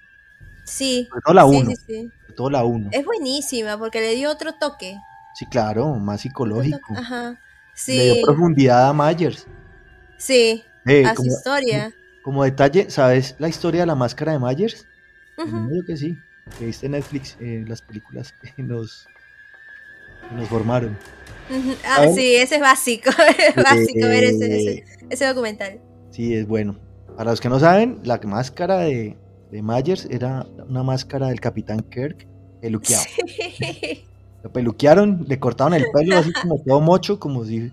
S2: sí.
S1: Sobre todo la
S2: sí,
S1: 1,
S2: sí, sí. Eh.
S1: sobre todo la 1.
S2: Es buenísima porque le dio otro toque.
S1: Sí, claro, más
S2: Otro toque,
S1: psicológico.
S2: Ajá.
S1: Le dio
S2: Sí,
S1: profundidad a Myers.
S2: sí,
S1: Eh,
S2: a su
S1: como,
S2: historia.
S1: como detalle, ¿sabes la historia de la máscara de Myers?
S2: Ujú.
S1: Yo que sí. Que viste en Netflix eh, las películas *laughs* que nos, que nos formaron.
S2: Ujú,
S1: A Eh,
S2: Ah,
S1: ver.
S2: sí, ese es básico. *laughs* Es *laughs* básico ver ese, ese,
S1: Eh,
S2: ese documental.
S1: Sí, es bueno. Para los que no saben, la máscara de, de Myers era una máscara del Capitán Kirk peluqueado.
S2: Sí.
S1: Lo peluquearon, le cortaron el pelo
S2: *laughs*
S1: así como todo mocho, como si.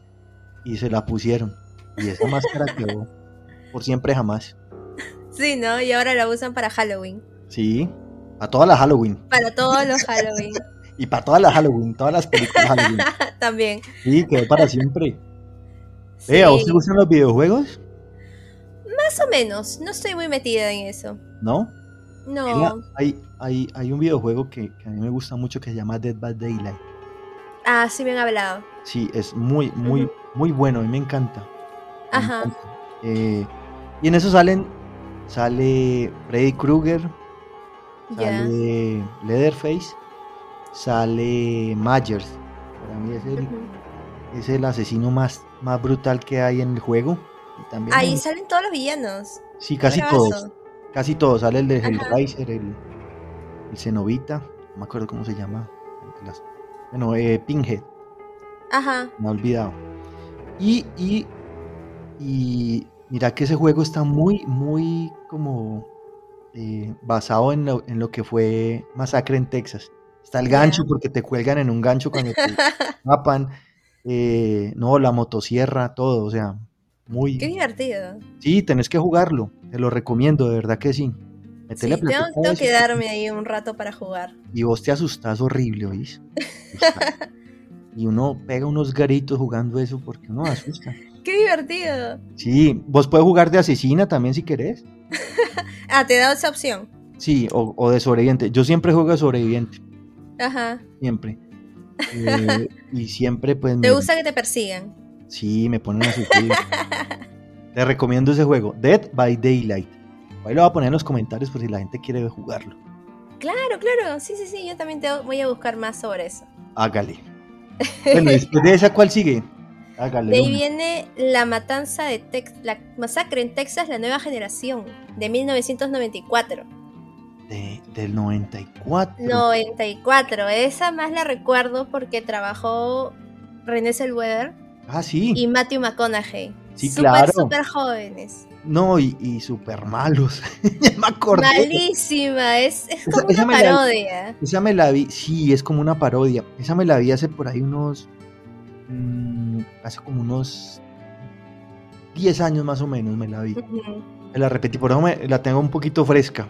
S1: Y se la pusieron. Y esa
S2: *laughs*
S1: máscara quedó por siempre jamás.
S2: *laughs* Sí, ¿no? Y ahora la usan para Halloween.
S1: Sí. A toda la Halloween.
S2: Para
S1: *laughs*
S2: todos los Halloween *laughs*
S1: Y para toda la Halloween, todas las películas Halloween.
S2: también.
S1: Sí, quedó para siempre.
S2: Sí,
S1: Eh, ¿a vos te gustan los videojuegos?
S2: Más o menos. No estoy muy metida en eso.
S1: ¿No? Mira,
S2: No.
S1: Hay, hay, hay un videojuego que, que a mí me gusta mucho que se llama Dead by Daylight.
S2: Ah, sí, bien hablado.
S1: Sí, es muy, muy,
S2: Ujú.
S1: muy bueno, a mí me encanta. me
S2: Ajá.
S1: encanta. Eh, y en eso salen, sale Freddy Krueger,
S2: Ya.
S1: sale Leatherface, sale Myers. Para mí es el,
S2: Ujú.
S1: es el asesino más, más brutal que hay en el juego. Y también
S2: Ahí
S1: el-
S2: salen todos los villanos.
S1: sí, casi
S2: Bravazo.
S1: todos. Casi todos, sale el de
S2: Ajá.
S1: Hellraiser, el, el Cenobita, no me acuerdo cómo se llama. las- bueno, eh, Pinhead,
S2: Ajá.
S1: me he olvidado. Y, y, y mira que ese juego está muy, muy como eh, basado en lo, en lo que fue Masacre en Texas. Está el
S2: Ya.
S1: gancho porque te cuelgan en un gancho cuando
S2: *laughs*
S1: te mapan. eh, no, la motosierra, todo, o sea, muy...
S2: Qué divertido.
S1: Sí, tenés que jugarlo. Te lo recomiendo, de verdad que sí. Metele
S2: Sí, tengo,
S1: platica a
S2: tengo
S1: eso,
S2: que darme ahí un rato para jugar.
S1: Y vos te asustás horrible, ¿oís? Te
S2: *laughs*
S1: asustás. y uno pega unos garitos jugando eso porque uno asusta.
S2: Qué divertido.
S1: Sí, vos puedes jugar de asesina también si querés.
S2: Ah, te he dado esa opción.
S1: Sí, o, o de sobreviviente. Yo siempre juego de sobreviviente,
S2: Ajá.
S1: siempre. Eh, y siempre pues
S2: Te
S1: me,
S2: gusta que te persigan.
S1: sí, me ponen a sufrir. Te recomiendo ese juego, Dead by Daylight. Ahí lo voy a poner en los comentarios por si la gente quiere jugarlo.
S2: Claro, claro, sí, sí, sí, yo también te voy a buscar más sobre eso.
S1: Hágale. Bueno, y después de esa, ¿cuál sigue? Hágale.
S2: De ahí
S1: Luna.
S2: viene La Matanza de Texas, la masacre en Texas, la nueva generación, de 1994.
S1: De- del 94.
S2: 94, esa más la recuerdo porque trabajó René Zellweger
S1: Ah, sí. *laughs*
S2: y Matthew McConaughey.
S1: Sí,
S2: Súper,
S1: claro.
S2: súper jóvenes.
S1: No, y, y súper malos. *laughs* ya me acordé.
S2: Malísima, es, es como
S1: Esa- esa
S2: una
S1: me la-
S2: parodia.
S1: Esa me la vi. Sí, es como una parodia. Esa me la vi hace por ahí unos. mm, hace como unos. 10 años más o menos me la vi.
S2: Ujú,
S1: Me la repetí, por eso me- la tengo un poquito fresca.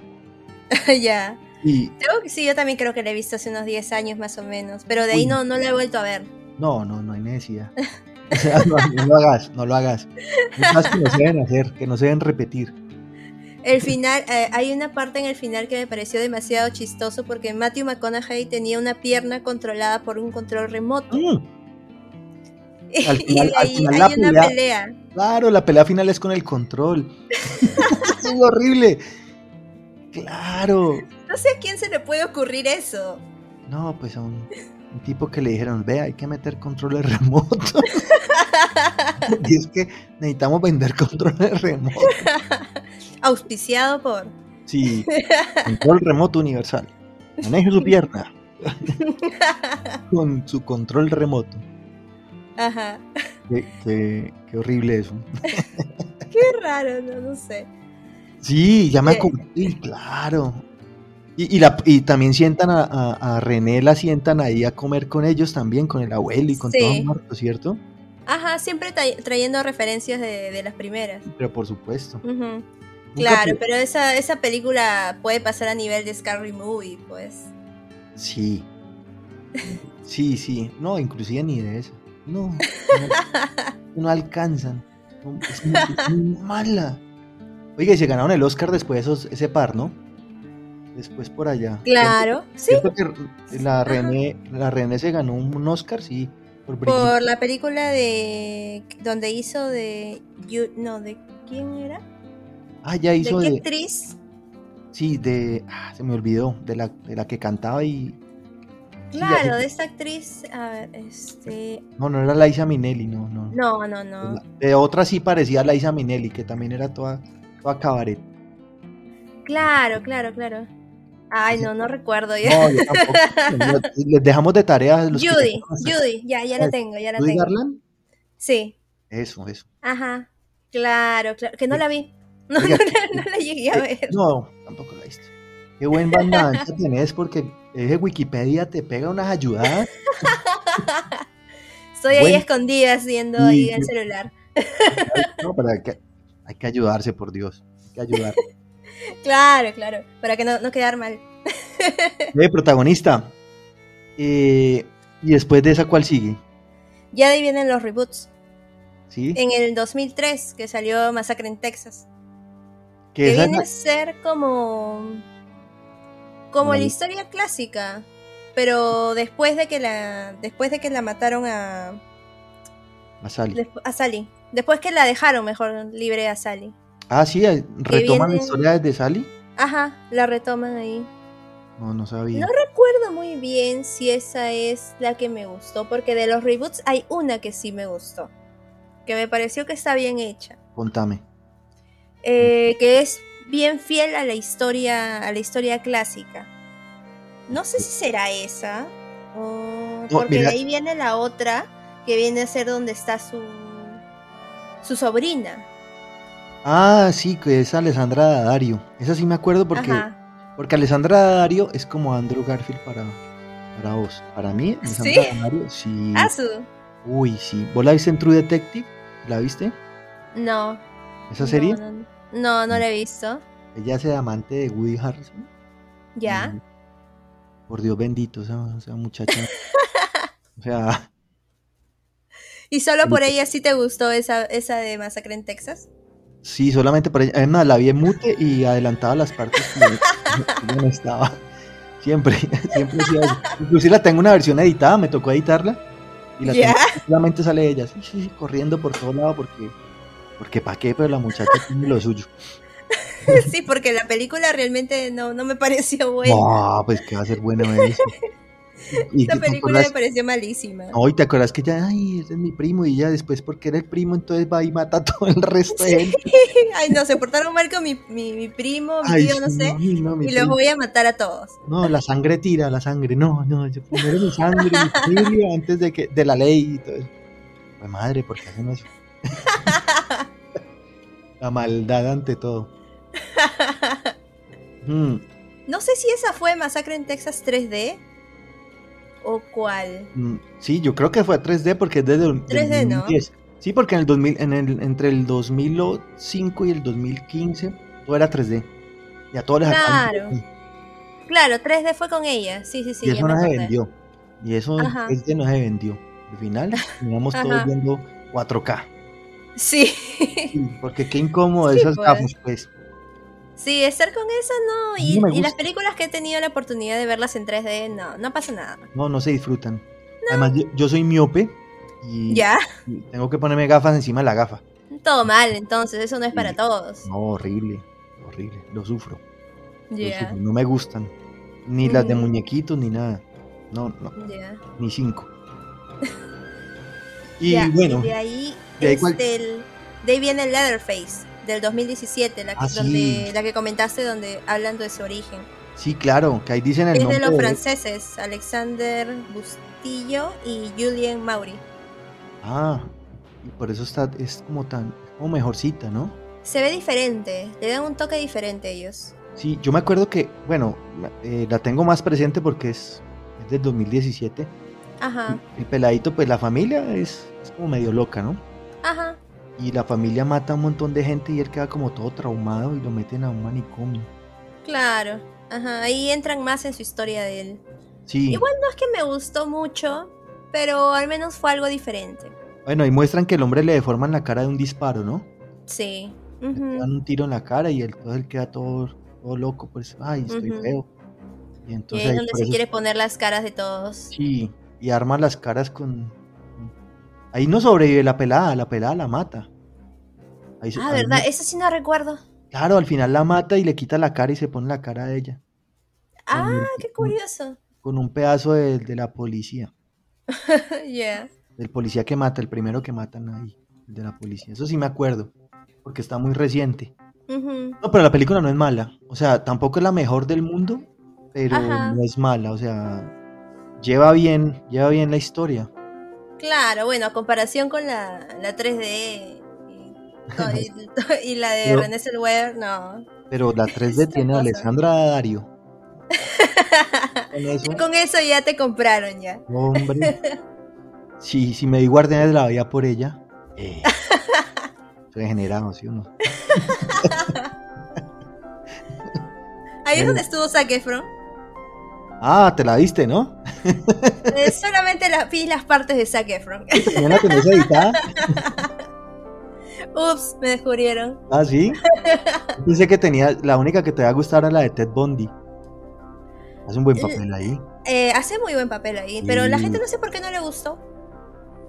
S2: *laughs* ya.
S1: Y
S2: Tengo que- sí, yo también creo que la he visto hace unos 10 años más o menos, pero de ahí
S1: Uy.
S2: no, no la he vuelto a ver.
S1: no, no, no hay necesidad. O sea, no, no lo hagas, no lo hagas. Cosas que no se deben hacer, que no se deben repetir.
S2: El final, eh, hay una parte en el final que me pareció demasiado chistoso porque Matthew McConaughey tenía una pierna controlada por un control remoto.
S1: Mm. Al
S2: *laughs* Y
S1: final- al
S2: ahí
S1: final
S2: hay
S1: la
S2: una
S1: pelea-
S2: pelea.
S1: Claro, la pelea final es con el control. *laughs* es horrible. Claro.
S2: No sé a quién se le puede ocurrir eso.
S1: No, pues a un, un tipo que le dijeron, ve, hay que meter controles remotos. *laughs* y es que necesitamos vender controles remotos.
S2: Auspiciado por. *laughs*
S1: Sí, control remoto universal. Maneje su pierna con su control remoto.
S2: Ajá.
S1: Qué, qué- qué horrible eso.
S2: Qué raro, no, no sé.
S1: Sí, ya me
S2: Sí.
S1: acordé, sí, claro. Y, y la, y también sientan a, a- a René, la sientan ahí a comer con ellos también, con el abuelo y con
S2: Sí.
S1: todo muerto, ¿cierto?
S2: Ajá, siempre tra- trayendo referencias de, de las primeras.
S1: Pero por supuesto.
S2: Ujú.
S1: Nunca
S2: Claro,
S1: pu-
S2: pero esa, esa película puede pasar a nivel de Scary Movie, pues.
S1: Sí. Sí, sí. No, inclusive ni de eso. No. No, no alcanzan. No, es, muy, es muy mala. Oiga, y se ganaron el Oscar después de esos, ese par, ¿no? Después por allá.
S2: Claro, sí,
S1: Cierto que la René, la René se ganó un Oscar, sí, por Brigitte.
S2: por la película de. donde hizo de. you- no, ¿de quién era?
S1: Ah, ya
S2: ¿De
S1: hizo
S2: qué
S1: de,
S2: actriz?
S1: sí, de, ah, se me olvidó, de la, de la que cantaba y, sí, ya
S2: Claro,
S1: sé.
S2: de esta actriz. A ver, este.
S1: no, no era Laisa Minelli, no, no.
S2: No, no, no.
S1: De otra sí parecía a Laisa Minelli, que también era toda, toda
S2: *laughs*
S1: cabaret.
S2: Claro, claro, claro. Ay, no, no recuerdo ya.
S1: No, yo tampoco. Les dejamos de tareas los que
S2: Judy,
S1: tengan hasta-
S2: Judy, ya, ya la
S1: Ah,
S2: tengo, ya la
S1: Judy
S2: tengo.
S1: Garland.
S2: Sí,
S1: Eso, eso.
S2: ajá. Claro, claro. Que no la vi. *laughs* No, no,
S1: Oiga,
S2: la- no la llegué a
S1: Eh,
S2: ver.
S1: No, tampoco la he visto. Qué buen banda ancha tenés porque eh, Wikipedia te pega unas ayudadas.
S2: Estoy ahí
S1: Bueno.
S2: escondida haciendo ahí
S1: Sí,
S2: el
S1: sí.
S2: celular.
S1: No, pero hay que, hay que ayudarse, por Dios. Hay que ayudar. *laughs*
S2: Claro, claro. Para que no, no quedar mal.
S1: Eh, protagonista. Eh, y después de esa, ¿cuál sigue?
S2: Ya de ahí vienen los reboots.
S1: ¿Sí?
S2: En el 2003, que salió Masacre en Texas.
S1: que
S2: Que
S1: esa es
S2: viene
S1: la-
S2: a ser como. Como
S1: Una-
S2: la historia clásica. Pero después de que la. Después de que la mataron a.
S1: la sale.
S2: Desp- a Sally. Después que la dejaron, mejor, libre a Sally.
S1: Ah, sí, eh, retoman la
S2: viene-
S1: historia de Sally.
S2: Ajá, la retoman ahí.
S1: No, no sabía.
S2: No Recuerdo muy bien si esa es la que me gustó, porque de los reboots hay una que sí me gustó. Que me pareció que está bien hecha.
S1: Contame.
S2: eh, que es bien fiel a la historia, a la historia clásica. No sé si será esa, o- porque
S1: mira.
S2: de ahí viene la otra, que viene a ser donde está su su sobrina.
S1: Ah, sí, que es Alessandra Daddario. Esa sí me acuerdo porque,
S2: Ajá.
S1: porque Alessandra Daddario es como Andrew Garfield para, para vos. Para mí, Alessandra
S2: ¿Sí?
S1: Daddario, sí.
S2: Ah, su-
S1: Uy, sí. ¿Vos la viste en True Detective? ¿La viste?
S2: No.
S1: ¿Esa serie?
S2: No, no, no, no la he visto.
S1: Ella es amante de Woody Harrison.
S2: Ya.
S1: Mm. Por Dios bendito, esa, esa
S2: *laughs*
S1: muchacha. o sea,
S2: Y solo por ella sí te gustó esa, esa de Masacre en Texas.
S1: sí, solamente por ella. Además, la vi en mute y adelantaba las partes que que yo no estaba. Siempre, *laughs* siempre hacía eso. Inclusive la tengo una versión editada, me tocó editarla. Y la
S2: Ya.
S1: tengo- solamente sale ella, sí, sí, sí, corriendo por todo lado porque, porque pa' qué, pero la muchacha tiene lo
S2: *laughs*
S1: suyo.
S2: sí, porque la película realmente no, no me pareció buena.
S1: No, pues que va a ser bueno
S2: *laughs*
S1: eso. Y, y
S2: Esa
S1: te
S2: película me
S1: acuerdas-
S2: pareció malísima.
S1: No, y te acuerdas que ya, ay, ese es mi primo, y ya después porque era el primo, entonces va y mata a todo el resto de gente.
S2: Ay, no, se portaron mal con mi, mi, mi primo, mi
S1: Ay,
S2: tío, no
S1: sí,
S2: sé.
S1: ay, no, mi
S2: Y los
S1: primo.
S2: voy a matar a todos. *laughs*
S1: No, la sangre tira, la sangre, no, no, yo primero mi sangre, mi familia, antes de que, de la ley y todo eso. Pues madre, ¿por qué hacen
S2: *laughs*
S1: eso? la maldad ante todo. Mm,
S2: No sé si esa fue Masacre en Texas 3D o cuál.
S1: mm, sí, yo creo que fue 3D porque es desde el
S2: 3D, ¿no?
S1: Sí, porque en el 2000, en el, entre el 2005 y el 2015 todo era 3D. Y a todos les sacaban
S2: Claro.
S1: 3D.
S2: Claro, 3D fue con ella. Sí, sí, sí.
S1: y
S2: ya
S1: eso
S2: me
S1: no se
S2: acordé.
S1: vendió. Y eso
S2: Ajá. *laughs*
S1: es que no se vendió. Al final, terminamos todos
S2: Ajá.
S1: viendo 4K.
S2: Sí. *laughs*
S1: Sí, Porque qué incómodo
S2: Sí,
S1: esas
S2: pues.
S1: gafas, pues.
S2: Sí, estar con eso no. Y,
S1: No me
S2: y las
S1: gusta.
S2: películas que he tenido la oportunidad de verlas en 3D, no, no pasa nada.
S1: No, no se disfrutan. Además, yo, yo soy miope y
S2: Ya, *laughs*
S1: tengo que ponerme gafas encima de la gafa.
S2: todo mal, entonces, eso no es para
S1: Sí.
S2: todos.
S1: No, horrible, horrible. Lo sufro.
S2: Ya,
S1: lo sufro, No me gustan. Ni las de
S2: Ujú.
S1: muñequitos, ni nada. No, no,
S2: ya.
S1: ni
S2: *laughs*
S1: cinco. Y
S2: Ya,
S1: bueno,
S2: De ahí,
S1: de ahí
S2: es
S1: cuál-
S2: del- de ahí viene el Leatherface del 2017, la que,
S1: Ah, sí.
S2: donde, la que comentaste donde hablando de su origen.
S1: sí, claro, que ahí dicen el
S2: es
S1: nombre.
S2: de los
S1: de-
S2: franceses, Alexander Bustillo y Julien Maury.
S1: Ah, y por eso está, es como tan, como mejorcita, ¿no?
S2: Se ve diferente, le dan un toque diferente a ellos.
S1: Sí, yo me acuerdo que, bueno, eh, la tengo más presente porque es, es del 2017.
S2: Ajá,
S1: El peladito, pues la familia es, es como medio loca, ¿no?
S2: ajá.
S1: Y la familia mata a un montón de gente y él queda como todo traumado y lo meten a un manicomio.
S2: Claro, ajá, ahí entran más en su historia de él.
S1: Sí,
S2: Igual No es que me gustó mucho, pero al menos fue algo diferente.
S1: bueno, y muestran que el hombre le deforman la cara de un disparo, ¿no?
S2: Sí.
S1: Le
S2: ujú.
S1: dan un tiro en la cara y él, entonces él queda todo, todo loco, pues, ay, estoy
S2: Ujú.
S1: feo. Y
S2: Y
S1: entonces
S2: ahí es
S1: ahí
S2: donde
S1: por
S2: se
S1: eso-
S2: quiere poner las caras de todos.
S1: Sí, y arma las caras con... Ahí no sobrevive la pelada, la pelada la mata. Ahí se-
S2: Ah,
S1: ahí
S2: ¿verdad?
S1: no-
S2: Eso sí no recuerdo.
S1: Claro, al final la mata y le quita la cara y se pone la cara de ella. con
S2: Ah,
S1: un-
S2: qué
S1: con-
S2: curioso. *laughs*
S1: Con un pedazo de, de la policía.
S2: yeah.
S1: Del policía que mata, el primero que matan ahí. el de la policía. Eso sí me acuerdo. Porque está muy reciente.
S2: Ujú.
S1: No, pero la película no es mala. O sea, tampoco es la mejor del mundo. Pero
S2: Ajá.
S1: no es mala. O sea, lleva bien, lleva bien la historia.
S2: Claro, bueno, a comparación con la, la 3D y, to-
S1: *laughs*
S2: y- to- y la de
S1: Pero-
S2: René Zellweger, no.
S1: Pero la 3D tiene a
S2: cosa.
S1: Alessandra Dario. Con
S2: *laughs*
S1: eso,
S2: Ya Con eso ya te compraron ya.
S1: hombre. Sí, si me di guardianes de la vida por ella. Eh, regenerado, ¿sí o no?
S2: Ahí es
S1: Pero-
S2: donde estuvo Zac Efron.
S1: Ah, te la diste, ¿no? *laughs*
S2: Eh, solamente las vi las partes de Zac Efron. *laughs*
S1: También la tenés editada.
S2: Ups, me descubrieron.
S1: Ah, sí. Yo Pensé que tenía. La única que te va a gustar era la de Ted Bundy. Hace un buen papel ahí.
S2: Eh, hace muy buen papel ahí, pero la
S1: Sí.
S2: gente no sé por qué no le gustó.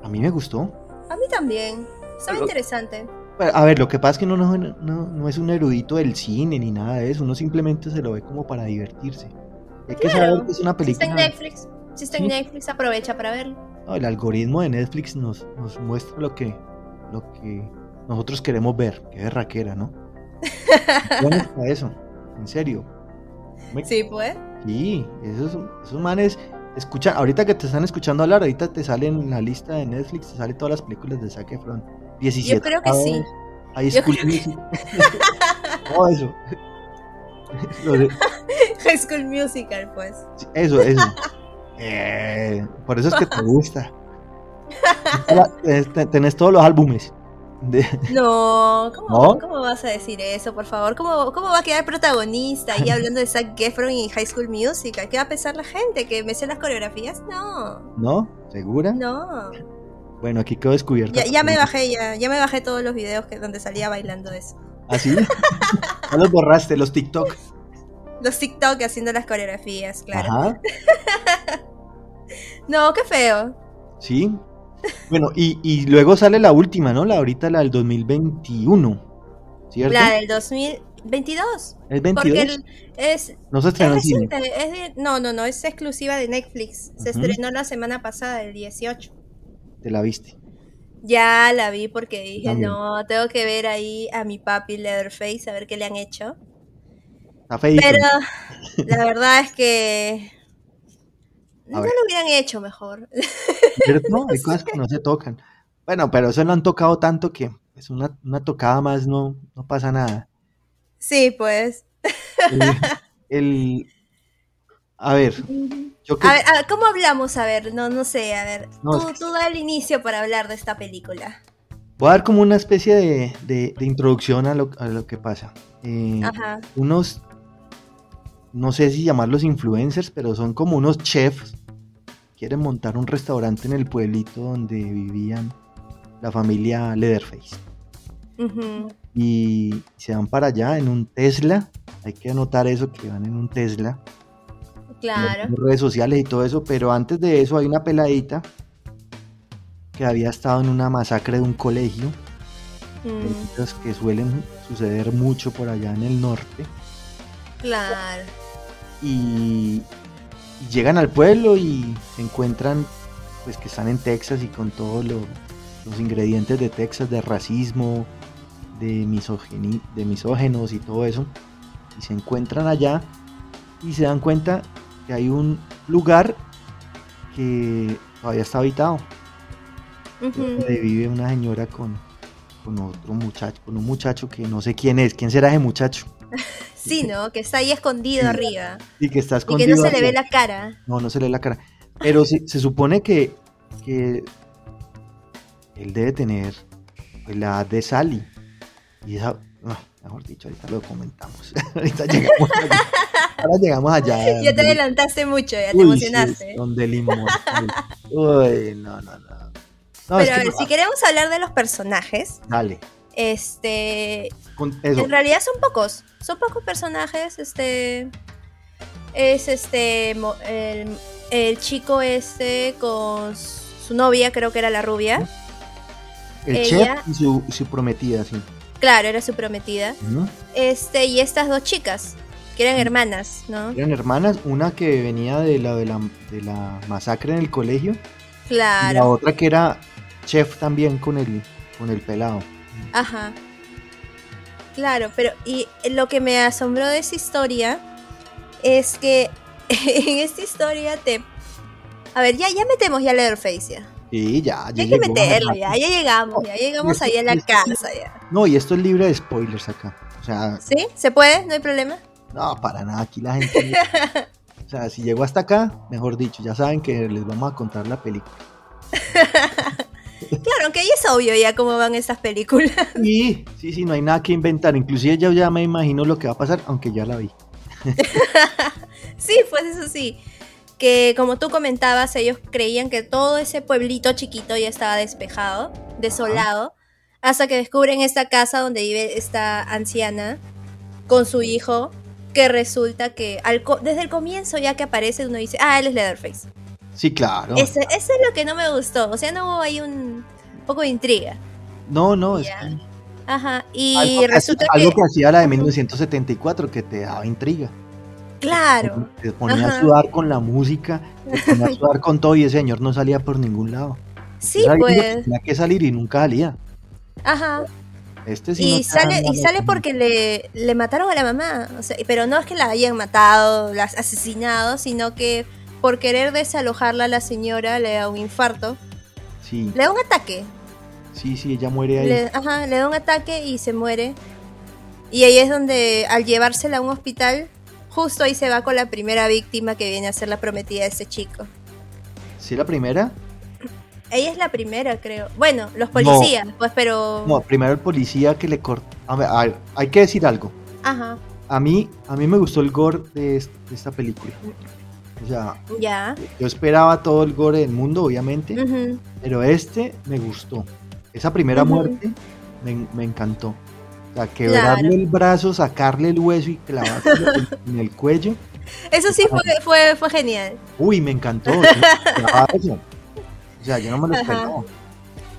S1: A mí me gustó.
S2: A mí también. Estaba
S1: Pero-
S2: interesante.
S1: Pero, Pues, a ver, lo que pasa es que uno no, no- no es un erudito del cine ni nada de eso. Uno simplemente se lo ve como para divertirse. Hay que
S2: Claro.
S1: saber que es una
S2: Si está en
S1: película.
S2: Netflix, si está en
S1: Sí.
S2: Netflix, aprovecha para verlo.
S1: No, el algoritmo de Netflix nos, nos muestra lo que, lo que nosotros queremos ver. Qué raquera,
S2: *laughs*
S1: ¿no? Bueno, para eso. En serio. Me-
S2: Sí, pues. *laughs*
S1: Sí, esos, esos manes, escucha, ahorita que te están escuchando hablar, ahorita te sale en la lista de Netflix, te salen todas las películas de Zac Efron. 17.
S2: Yo creo que sí.
S1: Ahí
S2: Yo
S1: School
S2: creo que-
S1: *laughs* Music. Todo eso. Lo de-
S2: High School Musical, pues.
S1: Eso, eso. Eh, por eso es que te
S2: *laughs*
S1: gusta. Tenés- Tenés todos los álbumes. de-
S2: No, ¿cómo,
S1: ¿No?
S2: cómo vas a decir eso, por favor? ¿Cómo, cómo va a quedar protagonista ahí hablando de Zac Efron y High School Musical? ¿Qué va a pensar la gente? ¿Que me sé las coreografías? No,
S1: ¿No? ¿Segura?
S2: no.
S1: Bueno, aquí quedó descubierto.
S2: Ya, ya me bajé, ya, ya me bajé todos los videos que, donde salía bailando eso.
S1: ¿Así? Ah, ya los borraste, los TikTok.
S2: Los TikTok haciendo las coreografías, claro.
S1: Ajá.
S2: No, qué feo.
S1: Sí. Bueno, y, y luego sale la última, ¿no? La ahorita la del 2021. ¿Cierto?
S2: La del 2022.
S1: ¿Es 22?
S2: Porque el- es,
S1: No se
S2: es
S1: estrenó en cine.
S2: reciente, es de- no, no, no, es exclusiva de Netflix. Se
S1: Ujú.
S2: estrenó la semana pasada, el 18.
S1: Te la viste.
S2: Ya la vi porque dije,
S1: También.
S2: no, tengo que ver ahí a mi papi Leatherface, a ver qué le han hecho.
S1: Está feíto.
S2: Pero la verdad es que no
S1: ver.
S2: lo hubieran hecho mejor. *laughs*
S1: ¿Cierto? Hay cosas que no se tocan. Bueno, pero eso lo han tocado tanto que es una, una tocada más, no, no pasa nada.
S2: Sí, pues.
S1: El, el- a ver, yo que
S2: A ver, a ver, ¿cómo hablamos? A ver, no, no sé, a ver.
S1: No, es
S2: tú,
S1: que-
S2: tú da el inicio para hablar de esta película.
S1: voy a dar como una especie de, de- de introducción a lo, a lo que pasa. Eh,
S2: Ajá.
S1: unos, no sé si llamarlos influencers, pero son como unos chefs. Quieren montar un restaurante en el pueblito donde vivían la familia Leatherface.
S2: Ujú.
S1: Y se van para allá en un Tesla. Hay que anotar eso, que van en un Tesla.
S2: Claro.
S1: en redes sociales y todo eso, pero antes de eso hay una peladita que había estado en una masacre de un colegio,
S2: Mm,
S1: cosas que suelen suceder mucho por allá en el norte,
S2: claro.
S1: y, y llegan al pueblo y se encuentran pues que están en Texas y con todos lo- los ingredientes de Texas, de racismo, de, misogeni- de misógenos y todo eso, y se encuentran allá y se dan cuenta que hay un lugar que todavía está habitado,
S2: Ujú.
S1: donde vive una señora con, con otro muchacho, con un muchacho que no sé quién es, quién será ese muchacho,
S2: Sí, ¿no? Que está ahí escondido
S1: Sí.
S2: arriba.
S1: y que está
S2: Y que
S1: escondido.
S2: no se le
S1: arriba.
S2: ve la cara.
S1: No, no se le ve la cara. Pero se, se supone que, que él debe tener pues, la edad de Sally. Y esa, no, mejor dicho, ahorita lo comentamos. *laughs* ahorita llegamos allá. Ahora llegamos allá.
S2: *laughs* Ya te
S1: donde-
S2: adelantaste mucho, ya te
S1: Uy, sí,
S2: emocionaste.
S1: donde el inmortal. Uy, no, no, no. No, es
S2: Pero a
S1: que
S2: ver,
S1: no,
S2: si queremos hablar de los personajes,
S1: Dale.
S2: este,
S1: Con eso.
S2: En realidad son pocos. Son pocos personajes. Este. Es este. mo- El, el chico este con su novia, creo que era la rubia.
S1: El
S2: ella-
S1: chef y su, y su prometida, sí.
S2: Claro, era su prometida.
S1: Ujú.
S2: Este, y estas dos chicas, que eran hermanas, ¿no?
S1: Eran hermanas, una que venía de la, de la, de la masacre en el colegio. Y La
S2: Claro.
S1: otra que era chef también con el, con el pelado.
S2: Ajá. Claro, pero. Y lo que me asombró de esa historia es que *laughs* en esta historia te. A ver, ya, ya metemos ya Leatherface ya.
S1: Y ya, ya
S2: Ya hay que
S1: llegó a
S2: meterlo,
S1: Manhattan.
S2: ya, ya llegamos, ya
S1: *laughs*
S2: llegamos ahí a la casa, ya.
S1: No, y esto es libre de spoilers acá. O sea,
S2: ¿Sí? ¿Se puede? ¿No hay problema?
S1: no, para nada, aquí la gente... o sea, si llegó hasta acá, mejor dicho, ya saben que les vamos a contar la
S2: *laughs*
S1: película.
S2: Claro, aunque ahí es obvio ya cómo van estas películas.
S1: Y sí, sí, no hay nada que inventar. Inclusive yo ya me imagino lo que va a pasar, aunque ya la vi.
S2: Sí, pues eso sí. Que como tú comentabas, ellos creían que todo ese pueblito chiquito ya estaba despejado, desolado, hasta que descubren esta casa donde vive esta anciana con su hijo, que resulta que al co- desde el comienzo ya que aparece uno dice, ah, él es Leatherface.
S1: Sí, claro.
S2: Eso, eso es lo que no me gustó, o sea, no hubo ahí un poco de intriga.
S1: No, no, es
S2: Ya.
S1: que
S2: Ajá, y
S1: algo, que
S2: resulta
S1: hacía,
S2: que,
S1: algo que hacía la de 1974 que te daba intriga.
S2: claro,
S1: Te ponía
S2: Ajá.
S1: a sudar con la
S2: *laughs*
S1: música, te ponía a sudar con todo y ese señor no salía por ningún lado.
S2: sí,
S1: Era alguien que
S2: pues,
S1: Tenía que salir y nunca salía.
S2: ajá,
S1: Este sí no
S2: y
S1: te da
S2: sale,
S1: nada
S2: y sale
S1: de-
S2: porque le, le mataron a la mamá, o sea, pero no es que la hayan matado, las asesinado, sino que por querer desalojarla la señora le da un infarto,
S1: Sí,
S2: le da un ataque,
S1: sí, sí, ella muere ahí.
S2: le, ajá, le da un ataque y se muere, y ahí es donde al llevársela a un hospital, justo ahí se va con la primera víctima que viene a ser la prometida de ese chico.
S1: ¿Sí la primera?
S2: Ella es la primera, creo. Bueno, los policías, pues, pero...
S1: No, primero el policía que le corta. A ver, a ver, hay que decir algo.
S2: Ajá,
S1: A mí, a mí me gustó el gore de, es- de esta película. O sea,
S2: ya.
S1: yo esperaba todo el gore del mundo, obviamente,
S2: Ujú.
S1: pero este me gustó. Esa primera
S2: Ujú.
S1: muerte me, en- me encantó. O sea, quebrarle
S2: Claro.
S1: el brazo, sacarle el hueso y clavarlo en- en el cuello.
S2: Eso sí fue, fue, fue genial.
S1: Uy, me encantó. yo no me esperaba eso. O sea, yo no me lo
S2: Ajá.
S1: esperaba.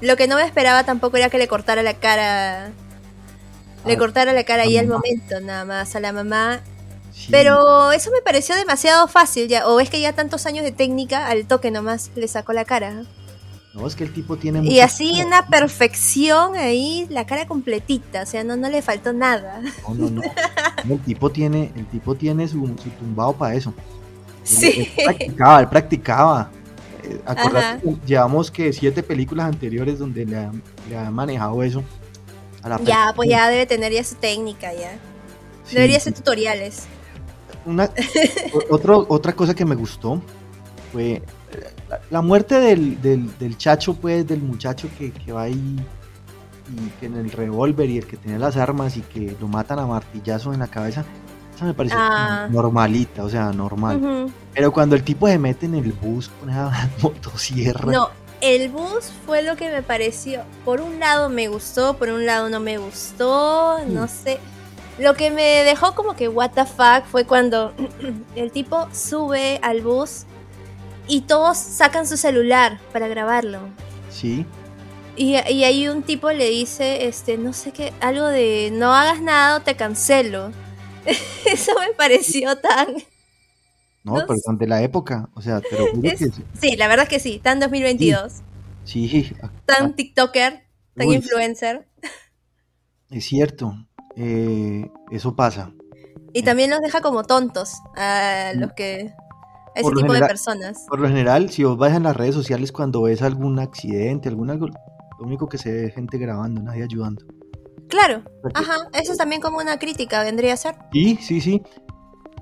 S2: Lo que no me esperaba tampoco era que le cortara la cara. Le
S1: Ah,
S2: cortara la
S1: la
S2: cara ahí al
S1: mamá.
S2: momento, nada más, a la mamá.
S1: Sí.
S2: Pero eso me pareció demasiado fácil ya. O es que ya tantos años de técnica, al toque nomás le sacó la cara.
S1: No, es que el tipo tiene
S2: Y
S1: muchas
S2: así
S1: caras.
S2: una perfección ahí, la cara completita. O sea, no, no le faltó nada.
S1: No, no, no. El tipo tiene, el tipo tiene su, su tumbado para eso. Él-
S2: *laughs* Sí.
S1: Él practicaba, él practicaba. Eh, acordate
S2: Ajá.
S1: que llevamos que siete películas anteriores donde le, ha- le han manejado eso. A la
S2: Ya, pues
S1: perfección.
S2: ya debe tener ya su técnica ya.
S1: Sí,
S2: Debería
S1: sí.
S2: hacer tutoriales. *laughs*
S1: Una- o- otro- otra cosa que me gustó fue eh, la, la muerte del, del- del chacho, pues, del muchacho que, que va ahí y que en el revólver y el que tenía las armas y que lo matan a martillazos en la cabeza. Esa me pareció como
S2: Ah.
S1: normalita, o sea, normal.
S2: Ujú.
S1: Pero cuando el tipo se mete en el bus con esa *laughs* motosierra,
S2: No, el bus fue lo que me pareció. Por un lado me gustó, por un lado no me gustó,
S1: Mm.
S2: no sé. Lo que me dejó como que what the fuck fue cuando *clears throat* el tipo sube al bus y todos sacan su celular para grabarlo.
S1: Sí.
S2: Y, y ahí un tipo le dice, este, no sé qué, algo de no hagas nada o te cancelo. *laughs* Eso me pareció tan...
S1: No,
S2: No
S1: pero
S2: sé.
S1: de la época. O sea, te lo juro
S2: *laughs* Es-
S1: que
S2: Sí, la verdad es que sí, tan 2022,
S1: sí. sí, ah,
S2: tan TikToker, tan
S1: Uy.
S2: influencer.
S1: es cierto. Eh, eso pasa.
S2: Y también los deja como tontos a los que... A ese
S1: Por lo
S2: tipo de
S1: general-
S2: personas.
S1: Por lo general, si vos vas en las redes sociales cuando ves algún accidente, algún algo, lo único que se ve es gente grabando, nadie ayudando.
S2: Claro,
S1: Porque-
S2: ajá, eso es también como una crítica, vendría a ser.
S1: Sí, sí, sí.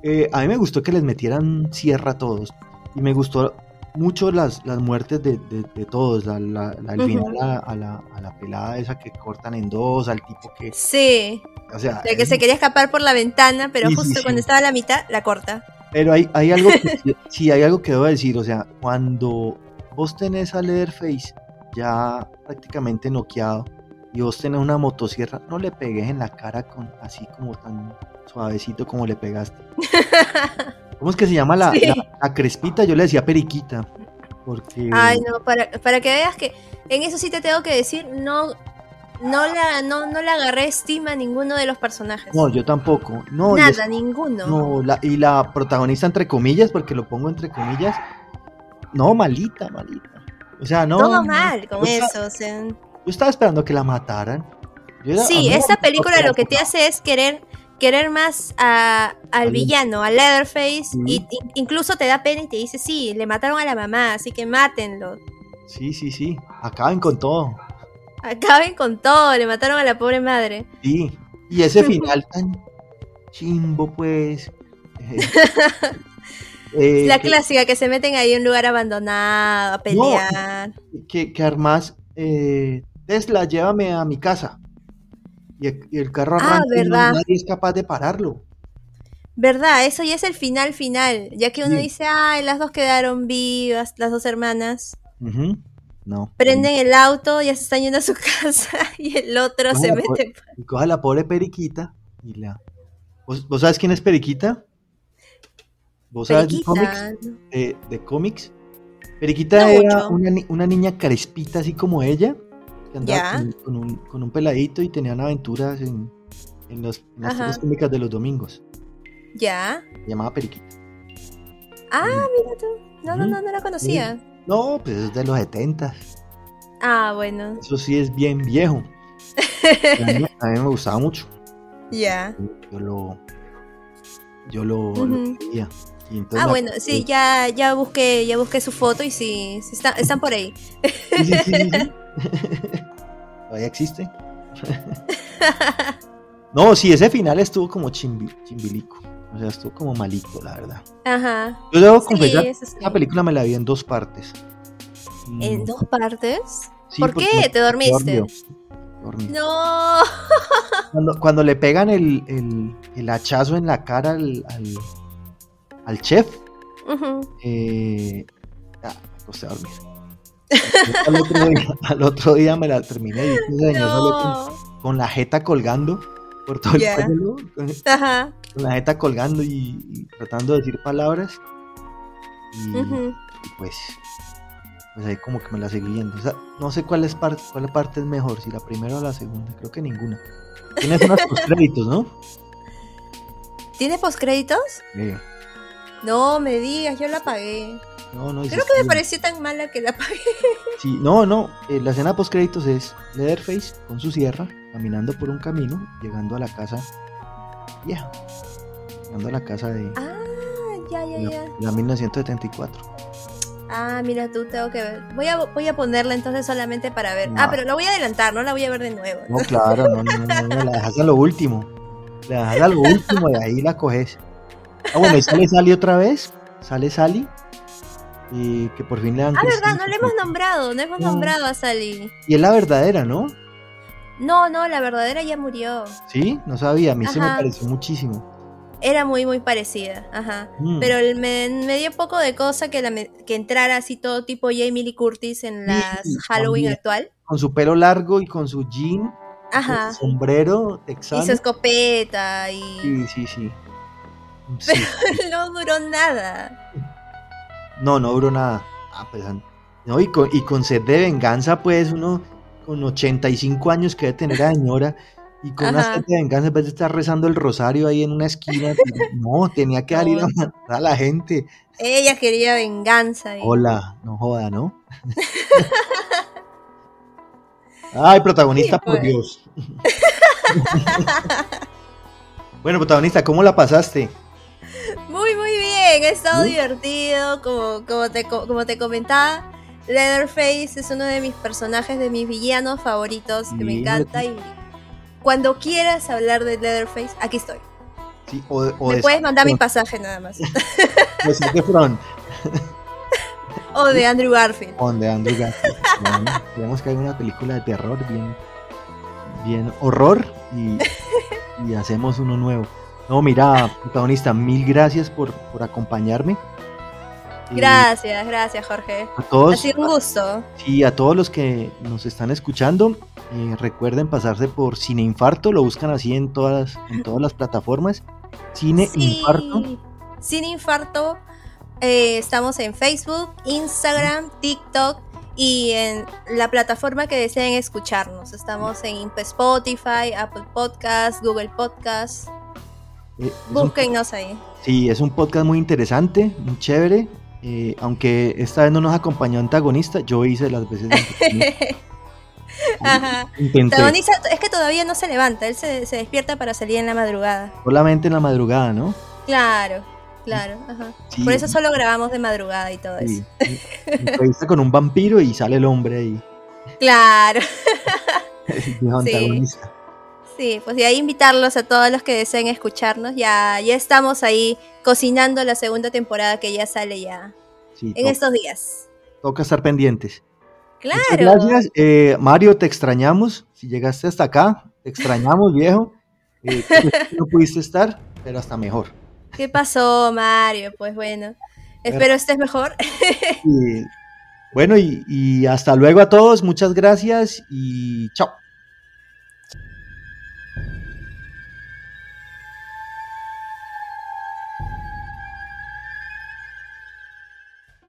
S1: Eh, a mí me gustó que les metieran sierra a todos. Y me gustó mucho las, las muertes de, de- de todos. La, la- la- al
S2: Ujú.
S1: final a, a la, a la pelada esa que cortan en dos, al tipo que...
S2: Sí,
S1: O sea,
S2: la que
S1: es-
S2: se quería escapar por la ventana, pero
S1: Sí, sí,
S2: justo
S1: sí.
S2: cuando estaba a la mitad, la corta.
S1: Pero hay, hay algo
S2: *laughs*
S1: que, sí, hay algo que debo decir, o sea, cuando vos tenés a Leatherface ya prácticamente noqueado y vos tenés una motosierra, no le pegues en la cara con así como tan suavecito como le pegaste. ¿Cómo es que se llama la,
S2: Sí.
S1: la- la crespita? Yo le decía periquita, porque
S2: *laughs* Ay, no, para, para que veas que en eso sí te tengo que decir, no, no, la, no, no le agarré estima a ninguno de los personajes.
S1: no, yo tampoco. No, y
S2: Nada,
S1: es-
S2: ninguno.
S1: no, la- y la protagonista entre comillas, porque lo pongo entre comillas, no, malita, malita. O sea, no.
S2: Todo mal con
S1: o sea,
S2: eso. o sea,
S1: Yo estaba esperando que la mataran. Yo era- a mí
S2: sí,
S1: me
S2: esta
S1: gustó
S2: película lo que te
S1: la-
S2: hace es querer querer más a- al
S1: Al-
S2: villano, a Leatherface,
S1: Ujú.
S2: y, y- incluso te da pena y te dice, sí, le mataron a la mamá, así que mátenlo.
S1: Sí, sí, sí. Acaben con todo.
S2: Acaben con todo, le mataron a la pobre madre.
S1: Sí. Y
S2: *laughs*
S1: ese final tan chimbo, pues.
S2: *laughs*
S1: eh, eh,
S2: la
S1: que-
S2: clásica que se meten ahí en un lugar abandonado a pelear.
S1: que, que armas eh, Tesla, llévame a mi casa. Y el, y el carro
S2: Ah,
S1: arranca y no-
S2: ¿verdad?
S1: nadie es capaz de pararlo.
S2: ¿Verdad? Eso ya es el final final, ya que uno
S1: Sí.
S2: dice, ay, las dos quedaron vivas, las dos hermanas.
S1: Ujú. No.
S2: Prenden el auto, ya se están yendo a su *laughs* casa y el otro se
S1: Bueno, pues-
S2: mete.
S1: Y coja la pobre Periquita y la. ¿Vos, vos sabes quién es Periquita? ¿Vos sabes de cómics?
S2: Periquita.
S1: de, de cómics. Periquita
S2: No
S1: era
S2: mucho.
S1: una, ni- una niña crespita así como ella, que andaba
S2: Ya.
S1: con, con un, con un peladito y tenían aventuras en, en los- en las
S2: Ajá.
S1: tiendas públicas de los domingos.
S2: Ya.
S1: Se llamaba Periquita.
S2: Ah, mira tú. No, no,
S1: Ujú.
S2: no, no la conocía.
S1: No, pues es de los 70.
S2: Ah, bueno.
S1: Eso sí es bien
S2: *laughs*
S1: viejo. A mí, a mí me gustaba mucho.
S2: Ya.
S1: Yo lo. Yo lo, lo
S2: Ujú.
S1: veía. Y entonces
S2: Ah,
S1: la-
S2: bueno, sí, ya, ya busqué, ya busqué su foto y sí, sí está- están por ahí.
S1: Sí, sí, sí, sí, sí. *laughs* Todavía existe. *laughs* no, sí, ese final estuvo como chimbi- chimbilico. O sea, estuvo como malito, la verdad.
S2: Ajá.
S1: Yo debo
S2: Sí,
S1: confesar,
S2: eso sí.
S1: la película me la vi en dos partes. Ah, Mm,
S2: ¿En dos partes?
S1: sí,
S2: ¿Por
S1: porque
S2: qué?
S1: me-
S2: ¿Te dormiste?
S1: me dormió, dormí.
S2: No.
S1: Cuando, cuando le pegan el, el- el hachazo en la cara al, al, al chef,
S2: Ujú.
S1: eh, ah, me acosté a dormir. al,
S2: *laughs*
S1: otro día, al otro día me la terminé y ese señor salió con-
S2: No.
S1: con la jeta colgando por todo el
S2: Ya.
S1: pueblo, con,
S2: Ajá.
S1: con la jeta colgando y, y tratando de decir palabras. Y,
S2: Ujú.
S1: y pues, pues ahí como que me la seguí viendo. O sea, no sé cuál, es par- cuál parte es mejor, si la primera o la segunda, creo que ninguna. Tienes unos
S2: *laughs*
S1: postcréditos, ¿no?
S2: ¿Tiene postcréditos?
S1: Eh,
S2: No, me digas, yo la apagué.
S1: no, no, y
S2: Creo
S1: sí,
S2: que me
S1: sí.
S2: pareció tan mala que
S1: *laughs*
S2: la apagué.
S1: Sí, no, no, eh, la escena postcréditos es Leatherface con su sierra caminando por un camino, llegando a la casa vieja. Llegando a la casa de
S2: Ah, ya, ya,
S1: la,
S2: ya.
S1: la 1974.
S2: Ah, mira tú, tengo que ver. Voy a, voy a ponerla entonces solamente para ver. Ah,
S1: Ah.
S2: pero la voy a adelantar, no la voy a ver de nuevo.
S1: No, claro, no, no, no, no, la dejas a lo último. La dejas a lo último y ahí la coges. Ah, bueno, y sale Sally otra vez. Sale Sally. Y que por fin le dan.
S2: Ah,
S1: crecido
S2: verdad, no
S1: su
S2: la hemos
S1: cuerpo.
S2: nombrado, no hemos
S1: No.
S2: nombrado a Sally.
S1: Y es la verdadera, ¿no?
S2: No, no, la verdadera ya murió.
S1: Sí, no sabía. A mí se me
S2: Ajá.
S1: pareció muchísimo.
S2: Era muy, muy parecida, ajá.
S1: Mm.
S2: Pero el- me, me dio poco de cosa que, la me- que entrara así todo tipo Jamie Lee Curtis en las
S1: Sí,
S2: Halloween
S1: también.
S2: actual.
S1: Con su pelo largo y con su jean,
S2: Ajá.
S1: su sombrero
S2: Y su
S1: texano.
S2: escopeta y...
S1: Sí, sí, sí. Sí.
S2: *laughs* no duró nada.
S1: No, no duró nada. Ah, pues, an- no, y, con, y con sed de venganza, pues uno con 85 años que debe tener a la señora y con una
S2: Ajá.
S1: sed de venganza, en vez de estar rezando el rosario ahí en una esquina, *laughs* no, tenía que salir a
S2: No.
S1: matar a la gente.
S2: Ella quería venganza. y-
S1: Hola, no joda, ¿no? *laughs* Ay, protagonista,
S2: Sí,
S1: por
S2: pues.
S1: Dios. *laughs* bueno, protagonista, ¿cómo la pasaste?
S2: Muy, muy bien. Ha estado
S1: ¿Sí?
S2: divertido. Como, como, te, co- como te comentaba, Leatherface es uno de mis personajes, de mis villanos favoritos, que me
S1: Sí,
S2: encanta. Y cuando quieras hablar de Leatherface, aquí estoy.
S1: Sí, o, o
S2: Me
S1: de-
S2: puedes mandar mi pasaje nada más.
S1: de Zac Efron.
S2: o de
S1: *laughs*
S2: Andrew Garfield.
S1: Con de Andrew Garfield. Bueno, Digamos que hay una película de terror bien, bien horror y, y hacemos uno nuevo. No, mira, protagonista, mil gracias por, por acompañarme. Y
S2: Gracias, gracias, Jorge.
S1: A
S2: Ha
S1: todos,
S2: sido un gusto.
S1: sí, a todos los que nos están escuchando, eh, recuerden pasarse por Cine Infarto, lo buscan así en todas, en todas las plataformas. Cine Infarto. eh,
S2: Sin infarto. Eh, estamos en Facebook, Instagram, TikTok y en la plataforma que deseen escucharnos. Estamos en Spotify, Apple Podcasts, Google Podcasts.
S1: eh, es un
S2: Búsquennos ahí.
S1: Sí, es un podcast muy interesante, muy chévere. eh, aunque esta vez no nos acompañó antagonista, yo hice las veces. de antagonista.
S2: *laughs* Ajá.
S1: Intenté
S2: Protagonista, es que todavía no se levanta, él se, se despierta para salir en la madrugada.
S1: solamente en la madrugada, ¿no?
S2: Claro, claro. ajá.
S1: Sí,
S2: Por eso solo grabamos de madrugada y todo eso.
S1: sí. Entrevista con un vampiro y sale el hombre ahí, *laughs*
S2: Claro.
S1: dijo antagonista.
S2: Sí, pues de ahí invitarlos a todos los que deseen escucharnos. Ya, ya estamos ahí cocinando la segunda temporada que ya sale ya
S1: Sí,
S2: en
S1: to-
S2: estos días.
S1: toca estar pendientes. Muchas
S2: Claro.
S1: gracias, eh, Mario, te extrañamos. Si llegaste hasta acá, te extrañamos, viejo. Eh, creo que *laughs* no pudiste estar, pero hasta mejor.
S2: ¿Qué pasó, Mario? Pues bueno, espero estés mejor.
S1: Y, bueno, y- y hasta luego a todos. Muchas gracias y chao.